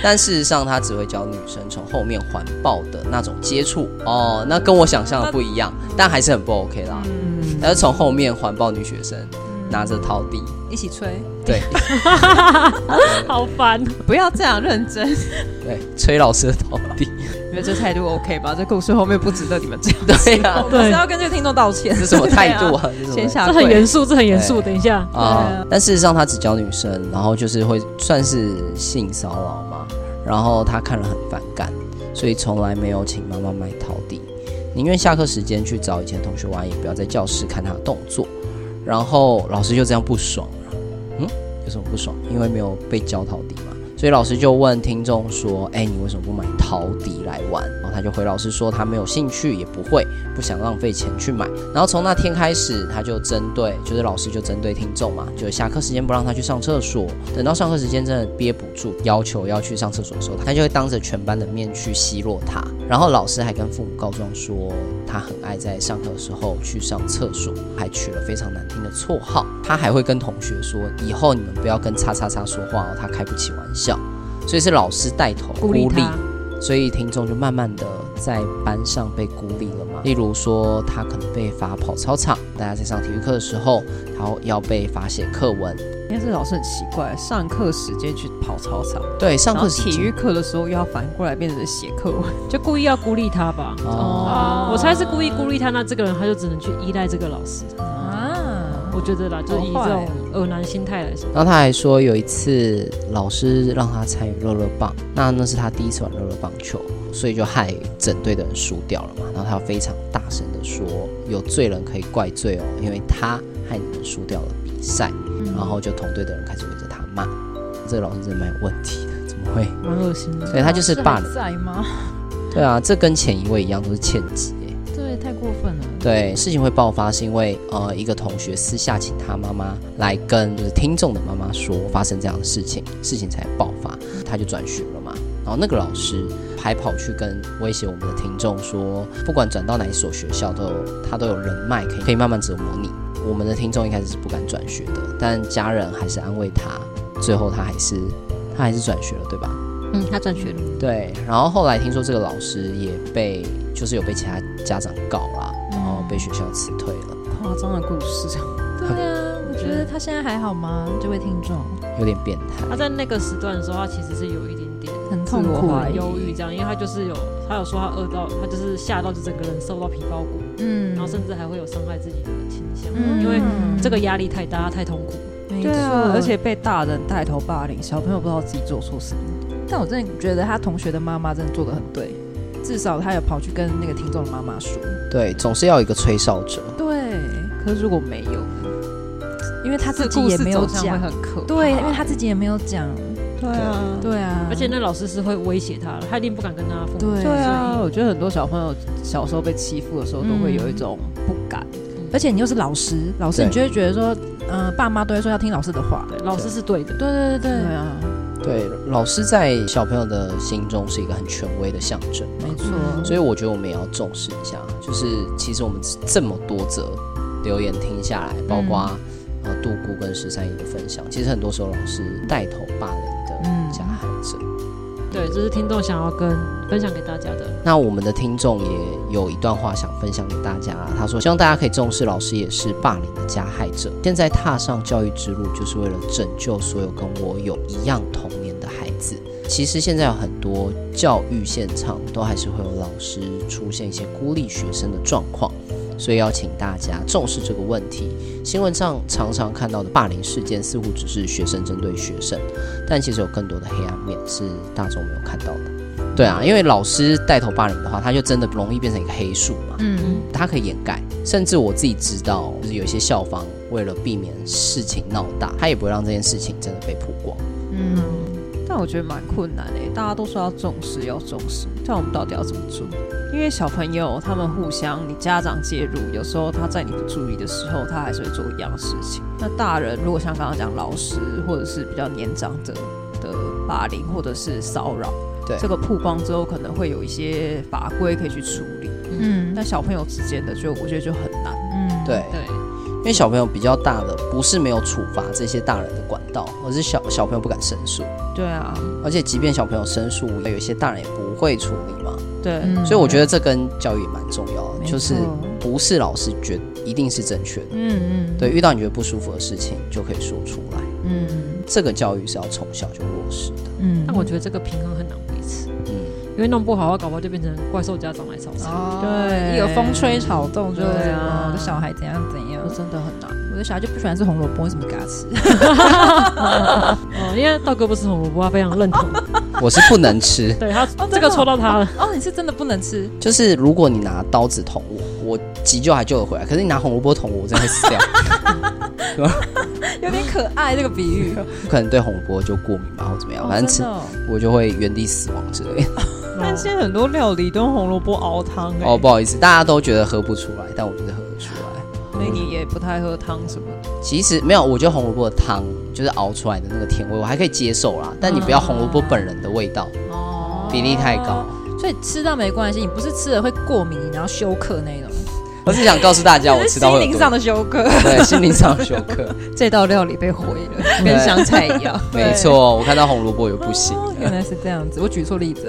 Speaker 2: 但事实上，他只会教女生从后面环抱的那种接触哦，那跟我想象的不一样，但还是很不 OK 啦。
Speaker 4: 嗯，
Speaker 2: 他是从后面环抱女学生，拿着陶笛，
Speaker 4: 一起吹，
Speaker 2: 对
Speaker 1: 好 烦？
Speaker 3: 不要这样认真，
Speaker 2: 对，吹老师的陶笛，
Speaker 3: 你们这态度 OK 吧？这故事后面不值得你们这样。
Speaker 2: 对呀、
Speaker 4: 我们是要跟这个听众道歉。
Speaker 2: 这是什么态度啊？这是什么态
Speaker 3: 先
Speaker 2: 度
Speaker 3: 下
Speaker 1: 这很
Speaker 3: 跪
Speaker 1: 严肃，这很严肃。
Speaker 2: 对
Speaker 1: 等一下，
Speaker 2: 啊！但事实上，他只教女生，然后就是会算是性骚扰嘛。然后他看了很反感，所以从来没有请妈妈买陶笛，宁愿下课时间去找以前同学玩，也不要在教室看他的动作。然后老师就这样不爽了，嗯，有什么不爽？因为没有被教陶笛嘛。所以老师就问听众说：“哎，你为什么不买陶笛来玩？”然后他就回老师说他没有兴趣，也不会，不想浪费钱去买。然后从那天开始，他就针对，就是老师就针对听众嘛，就是下课时间不让他去上厕所，等到上课时间真的憋不住，要求要去上厕所的时候，他就会当着全班的面去奚落他。然后老师还跟父母告状说，他很爱在上课的时候去上厕所，还取了非常难听的绰号。他还会跟同学说，以后你们不要跟叉叉叉说话哦，他开不起玩笑。所以是老师带头
Speaker 1: 鼓励他。
Speaker 2: 所以听众就慢慢的在班上被孤立了嘛。例如说，他可能被罚跑操场，大家在上体育课的时候，然后要被罚写课文。
Speaker 3: 因为这老师很奇怪，上课时间去跑操场，
Speaker 2: 对，上
Speaker 3: 然后
Speaker 2: 课时间
Speaker 3: 体育课的时候又要反过来变成写课文。
Speaker 1: 就故意要孤立他吧。
Speaker 2: 哦，
Speaker 1: 我猜是故意孤立他，那这个人他就只能去依赖这个老师。
Speaker 4: 啊，
Speaker 1: 我觉得啦，就是以
Speaker 4: 好
Speaker 1: 这
Speaker 4: 坏
Speaker 1: 种恶男心态来说，
Speaker 2: 然后他还说有一次老师让他参与乐乐棒，那那是他第一次玩乐乐棒球，所以就害整队的人输掉了嘛。然后他非常大声的说，有罪人可以怪罪哦，因为他害你们输掉了比赛。然
Speaker 4: 嗯
Speaker 2: 后就同队的人开始围着他骂，这个老师真的蛮有问题的，怎么会？
Speaker 1: 蛮恶心的。
Speaker 2: 所以他就是霸凌
Speaker 4: 老师。还在吗？
Speaker 2: 对啊，这跟前一位一样都是欠级欸。
Speaker 4: 这也太过分了。
Speaker 2: 对，事情会爆发是因为呃，一个同学私下请他妈妈来跟就是听众的妈妈说发生这样的事情，事情才爆发，他就转学了嘛。然后那个老师还跑去跟威胁我们的听众说，不管转到哪一所学校，都有他都有人脉可以可以慢慢折磨你。我们的听众一开始是不敢转学的，但家人还是安慰他，最后他还是他还是转学了，对吧？
Speaker 3: 啊
Speaker 4: 嗯，他转学了。
Speaker 2: 对，然后后来听说这个老师也被，就是有被其他家长告啊啦，然后被学校辞退了，
Speaker 3: 夸张的故事，
Speaker 4: 对啊，我觉得他现在还好吗？这位听众
Speaker 2: 有点变态。
Speaker 1: 他在那个时段的时候，他其实是有一点点
Speaker 4: 很
Speaker 3: 自我
Speaker 4: 痛苦
Speaker 3: 怀
Speaker 4: 欸，
Speaker 3: 疑
Speaker 1: 忧郁这样，因为他就是有，他有说他饿到，他就是吓到，就整个人瘦到皮包骨，
Speaker 4: 嗯
Speaker 1: 然后甚至还会有伤害自己的倾向，
Speaker 4: 嗯
Speaker 1: 因为这个压力太大，他太痛苦了。
Speaker 4: 没
Speaker 3: 对啊
Speaker 4: 错，
Speaker 3: 而且被大人带头霸凌，小朋友不知道自己做错什么。
Speaker 4: 但我真的觉得他同学的妈妈真的做的很对，至少他有跑去跟那个听众的妈妈说。
Speaker 2: 对，总是要有一个吹哨者。
Speaker 4: 对，
Speaker 3: 可是如果没有，
Speaker 4: 因为他自己
Speaker 3: 故
Speaker 4: 也
Speaker 3: 事
Speaker 4: 没有
Speaker 3: 走向会
Speaker 4: 讲，
Speaker 3: 很可怕。
Speaker 4: 对，因为他自己也没有讲，
Speaker 3: 对啊，
Speaker 4: 对啊，
Speaker 1: 而且那老师是会威胁他的，他一定不敢跟他父母。
Speaker 4: 对
Speaker 3: 对啊，，我觉得很多小朋友小时候被欺负的时候，都会有一种不敢。
Speaker 4: 而且你又是老师，老师
Speaker 2: 对
Speaker 4: 你就会觉得说，呃，爸妈都会说要听老师的话。
Speaker 1: 对，老师是对的。
Speaker 4: 对对对
Speaker 3: 对
Speaker 4: 对，
Speaker 3: 啊，
Speaker 2: 对，老师在小朋友的心中是一个很权威的象征，
Speaker 4: 没错。
Speaker 2: 所以我觉得我们也要重视一下。就是其实我们这么多则留言听下来，包括、呃杜姑跟十三姨的分享，其实很多时候老师带头霸凌的
Speaker 4: 嗯
Speaker 2: 加害者。
Speaker 1: 对，这是听众想要跟分享给大家的。
Speaker 2: 那我们的听众也有一段话想分享给大家，他说：“希望大家可以重视老师也是霸凌的加害者，现在踏上教育之路，就是为了拯救所有跟我有一样童年的孩子。”其实现在有很多教育现场都还是会有老师出现一些孤立学生的状况，所以要请大家重视这个问题。新闻上常常看到的霸凌事件，似乎只是学生针对学生，但其实有更多的黑暗面是大众没有看到的。对啊，因为老师带头霸凌的话，他就真的容易变成一个黑数嘛。
Speaker 4: 嗯，
Speaker 2: 它可以掩盖，甚至我自己知道，就是有一些校方为了避免事情闹大，他也不会让这件事情真的被曝光。
Speaker 4: 嗯，
Speaker 3: 但我觉得蛮困难的耶，大家都说要重视，要重视，但我们到底要怎么做？因为小朋友他们互相，你家长介入，有时候他在你不注意的时候，他还是会做一样的事情。那大人如果像刚刚讲老师或者是比较年长者的霸凌或者是骚扰，
Speaker 2: 对
Speaker 3: 这个曝光之后，可能会有一些法规可以去处理。
Speaker 4: 嗯
Speaker 3: 但小朋友之间的就我觉得就很难。
Speaker 4: 嗯，
Speaker 2: 对，
Speaker 3: 对，
Speaker 2: 因为小朋友比较大的，不是没有处罚这些大人的管道，而是小小朋友不敢申诉，
Speaker 3: 对啊，
Speaker 2: 而且即便小朋友申诉，有一些大人也不会处理嘛。
Speaker 3: 对，
Speaker 4: 嗯
Speaker 2: 所以我觉得这跟教育也蛮重要的，
Speaker 4: 没错
Speaker 2: 就是不是老师觉得一定是正确的，
Speaker 4: 嗯嗯，
Speaker 2: 对，遇到你觉得不舒服的事情就可以说出来。
Speaker 4: 嗯
Speaker 2: 这个教育是要从小就落实的，
Speaker 4: 嗯，
Speaker 1: 但我觉得这个平衡很难维持，
Speaker 2: 嗯，
Speaker 1: 因为弄不好，搞不好就变成怪兽家长来吵架。
Speaker 4: 哦，
Speaker 3: 对
Speaker 4: 一有风吹草动就
Speaker 3: 对啊
Speaker 4: 哦我的小孩怎样怎样
Speaker 3: 我，真的很难。
Speaker 4: 我的小孩就不喜欢吃红萝卜，为什么给他吃？嗯
Speaker 1: 哦，因为道哥不是红萝卜，他非常认同，
Speaker 2: 我是不能吃。
Speaker 1: 对他
Speaker 4: 哦
Speaker 1: 这
Speaker 4: 真
Speaker 1: 个
Speaker 4: 的
Speaker 1: 戳到他了。
Speaker 4: 哦，你是真的不能吃，
Speaker 2: 就是如果你拿刀子捅我，我急救还救得回来，可是你拿红萝卜捅我，我真的会死 掉。
Speaker 4: 有点可爱这个比喻，
Speaker 2: 可能对红萝卜就过敏吧，或怎么样，反正吃、
Speaker 4: 哦真的
Speaker 2: 我就会原地死亡之 类的。
Speaker 3: 但现在很多料理都用红萝卜熬汤、欸，
Speaker 2: 哦，不好意思，大家都觉得喝不出来，但我就是喝得出来。
Speaker 3: 梅你也不太喝汤什么的。
Speaker 2: 其实没有，我觉得红萝卜的汤就是熬出来的那个甜味，我还可以接受啦。但你不要红萝卜本人的味道，
Speaker 4: 哦
Speaker 2: 比例太高。
Speaker 4: 所以吃到没关系，你不是吃了会过敏，然后休克那种，
Speaker 2: 我是想告诉大家，我
Speaker 4: 这
Speaker 2: 吃到会有多
Speaker 4: 的休 克。
Speaker 2: 对心灵上的休克，
Speaker 3: 这道料理被毁了，
Speaker 2: 跟香
Speaker 3: 菜 一样。
Speaker 2: 没错。我看到红萝卜我就不行了，
Speaker 4: 哦原来是这样子，我举错例子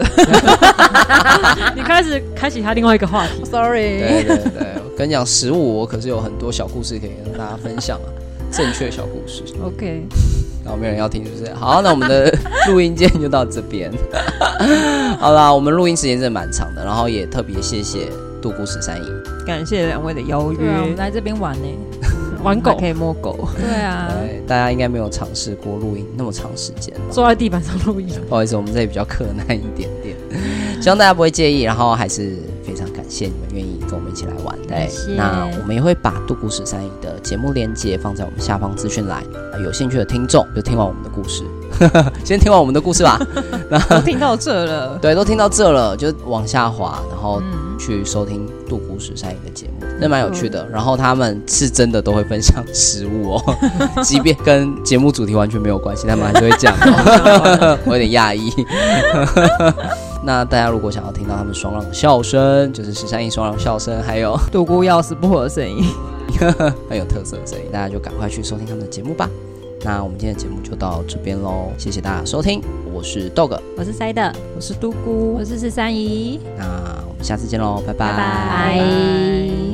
Speaker 1: 你开始开启他另外一个话题，
Speaker 4: ，sorry。
Speaker 2: 对对对，我跟你讲，食物我可是有很多小故事可以跟大家分享啊，正确小故事。
Speaker 4: OK，
Speaker 2: 然后没有人要听，是不是？好，那我们的录音间就到这边。 好啦，我们录音时间真的蛮长的，然后也特别谢谢杜姑十三姨。
Speaker 3: 感谢两位的邀
Speaker 4: 对啊，我
Speaker 3: 约
Speaker 4: 们，来这边玩呢。
Speaker 1: 玩
Speaker 3: 还
Speaker 1: 狗
Speaker 3: 可以摸狗，
Speaker 4: 对啊，
Speaker 2: 对，大家应该没有尝试过录音那么长时间，
Speaker 1: 坐在地板上录音。
Speaker 2: 不好意思，我们这里比较困难一点点，
Speaker 4: 嗯
Speaker 2: 希望大家不会介意。然后还是非常感谢你们愿意跟我们一起来玩。对
Speaker 4: 感，谢
Speaker 2: 那我们也会把杜姑十三姨的节目链接放在我们下方资讯栏，呃有兴趣的听众就听完我们的故事， 先听完我们的故事吧。
Speaker 3: 我听到这了，
Speaker 2: 对，都听到这了，就往下滑，然后
Speaker 4: 嗯，
Speaker 2: 去收听杜古史山影的节目，那蛮有趣的。然后他们是真的都会分享食物哦，即便跟节目主题完全没有关系，他们还是会讲、哦。我有点讶异。 那大家如果想要听到他们爽朗的笑声，就是十三亿爽朗笑声，还有
Speaker 3: 独孤要死不活的声音。
Speaker 2: 很有特色的声音，大家就赶快去收听他们的节目吧。那我们今天的节目就到这边喽，谢谢大家收听，我是 Dog，
Speaker 4: 我是塞的，
Speaker 3: 我是独孤
Speaker 4: 我，是十三姨，
Speaker 2: 那我们下次见喽，拜
Speaker 4: 拜拜。